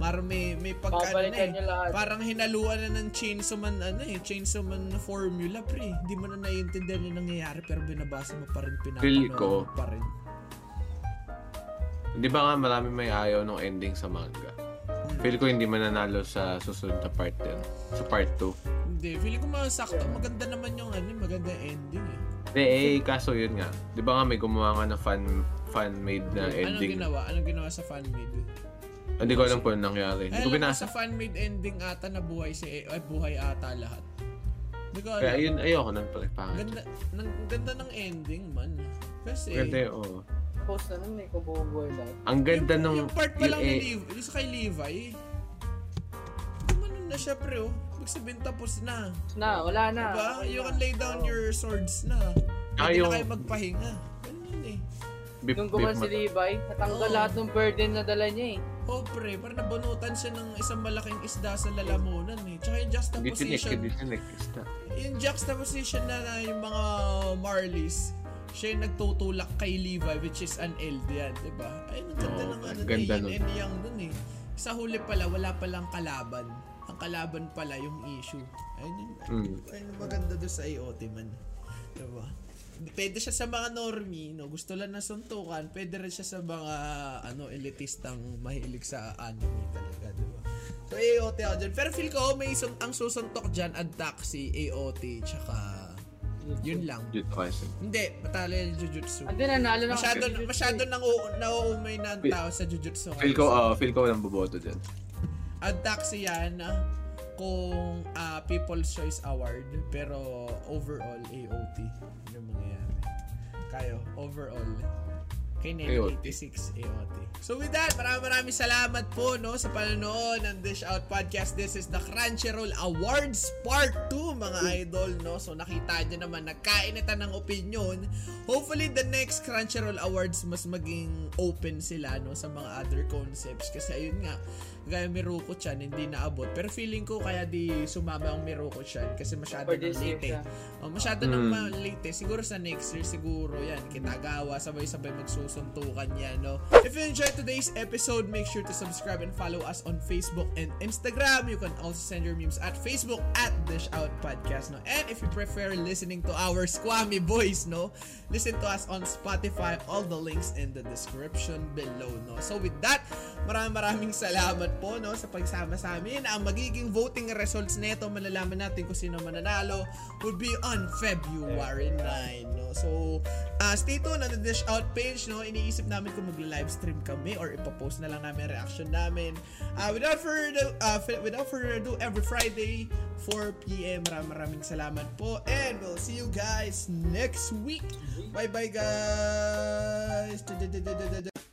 S1: Mar may, may pagka ano
S2: Babalikan
S1: eh.
S2: niya lahat.
S1: Parang hinaluan na ng Chainsaw Man, ano eh, Chainsaw Man na formula, pre. Hindi mo na naiintindihan yung nangyayari pero binabasa mo pa rin, pinapanood
S4: Feel ko.
S1: mo pa rin.
S4: Di ba nga marami may ayaw ng ending sa manga? Feel ko hindi mananalo sa susunod na part din. Sa part 2.
S1: Hindi, feeling ko masakto. Maganda naman yung ano, maganda yung ending eh.
S4: Hindi, eh, kaso yun nga. Di ba nga may gumawa nga na fan fan-made na
S1: Anong
S4: ending?
S1: Ano ginawa? Anong ginawa sa fan-made?
S4: Hindi ko alam kung anong nangyari. Hindi
S1: Ay,
S4: ko
S1: alam ko
S4: binasa.
S1: sa fan-made ending ata na buhay si ay, buhay ata lahat. Hindi ko
S4: Kaya
S1: alam.
S4: yun, ayoko nang palagpangan.
S1: Ganda, eh. ng, ganda ng ending man. Kasi,
S4: Ganda yun, oo.
S2: Post na nun eh, kung bubuhay lahat.
S4: Ang ganda
S1: yung,
S4: nung...
S1: yung part pa lang
S4: eh,
S1: ni Levi, yung sa kay Levi, gumano na siya pre oh. Ibig sabihin tapos na.
S2: Na, wala na.
S1: Diba?
S2: Ah, Okay
S1: You
S2: na.
S1: can lay down
S2: Oo.
S1: your swords na. Hindi
S4: Ah,
S1: na
S4: yung-
S1: kayo magpahinga. Ganun eh.
S4: bip,
S2: Nung
S4: bip,
S2: gumawa si Levi, natanggal
S1: Oo.
S2: lahat ng burden na dala niya eh.
S1: Oh pre, parang nabunutan siya ng isang malaking isda sa lalamunan eh. Tsaka yung
S4: Hindi tinik,
S1: juxtaposition,
S4: hindi tinik. Basta.
S1: yung juxtaposition na, na yung mga Marlies, siya yung nagtutulak kay Levi which is an eld yan, di ba? Ay, ang ganda
S4: Oo,
S1: ng
S4: ang
S1: ano,
S4: ganda
S1: yin
S4: nun.
S1: and yang nun eh. Sa huli pala, wala palang kalaban. Ang kalaban pala yung issue. Ayun yung,
S4: Mm.
S1: ayun yung maganda doon sa IoT man. Di ba? Pwede siya sa mga normie, no? gusto lang ng suntukan. Pwede rin siya sa mga ano, elitistang mahilig sa anime talaga, di ba? So, AOT ako dyan. Pero feel ko, may sun- ang susuntok dyan, ad taxi, AOT, tsaka... Yun lang.
S4: Jujutsu Kaisen.
S1: Hindi, matalo yung Jujutsu.
S4: Ano?
S2: Hindi, nanalo na
S1: Masyado, masyado nang u- nauumay na ang tao sa Jujutsu.
S4: Feel ko, ah, feel ko walang boboto dyan.
S1: Ad taxi yan ah, kung ah, People's Choice Award, pero overall, AOT. Yung mangyayari. Kayo, overall. Kay Nelly,
S4: AOT.
S1: 86 AOT. eh, oh, So with that, maraming maraming salamat po no, sa panonood ng Dish Out Podcast. This is the Crunchyroll Awards Part 2, mga idol. no So nakita nyo naman, nagkainitan ng opinion. Hopefully, the next Crunchyroll Awards, mas maging open sila no, sa mga other concepts. Kasi ayun nga, gaya Miruko Chan, hindi naabot. Pero feeling ko, kaya di sumama ang Miruko Chan kasi masyado
S2: For
S1: ng
S2: this year
S1: late. eh.
S2: siya.
S1: Oh, masyado nang
S4: Mm.
S1: ma- late eh. Siguro sa next year, siguro yan. Kitagawa, sabay-sabay magsusuntukan yan, no? If you enjoyed today's episode, make sure to subscribe and follow us on Facebook and Instagram. You can also send your memes at Facebook at Dish Out Podcast, no? And if you prefer listening to our squammy voice, no? Listen to us on Spotify. All the links in the description below, no? So with that, Maraming maraming salamat po no, sa pagsama sa amin. Ang magiging voting results nito, malalaman natin kung sino mananalo, will be on February 9. No? So, ah, stay tuned on the Dish Out page. No? Iniisip namin kung magla-livestream kami or ipopost na lang namin ang reaction namin. Ah, without, further, ado- ah, fi- without further ado, every Friday, 4pm. Maraming maraming salamat po. And we'll see you guys next week. Bye-bye guys!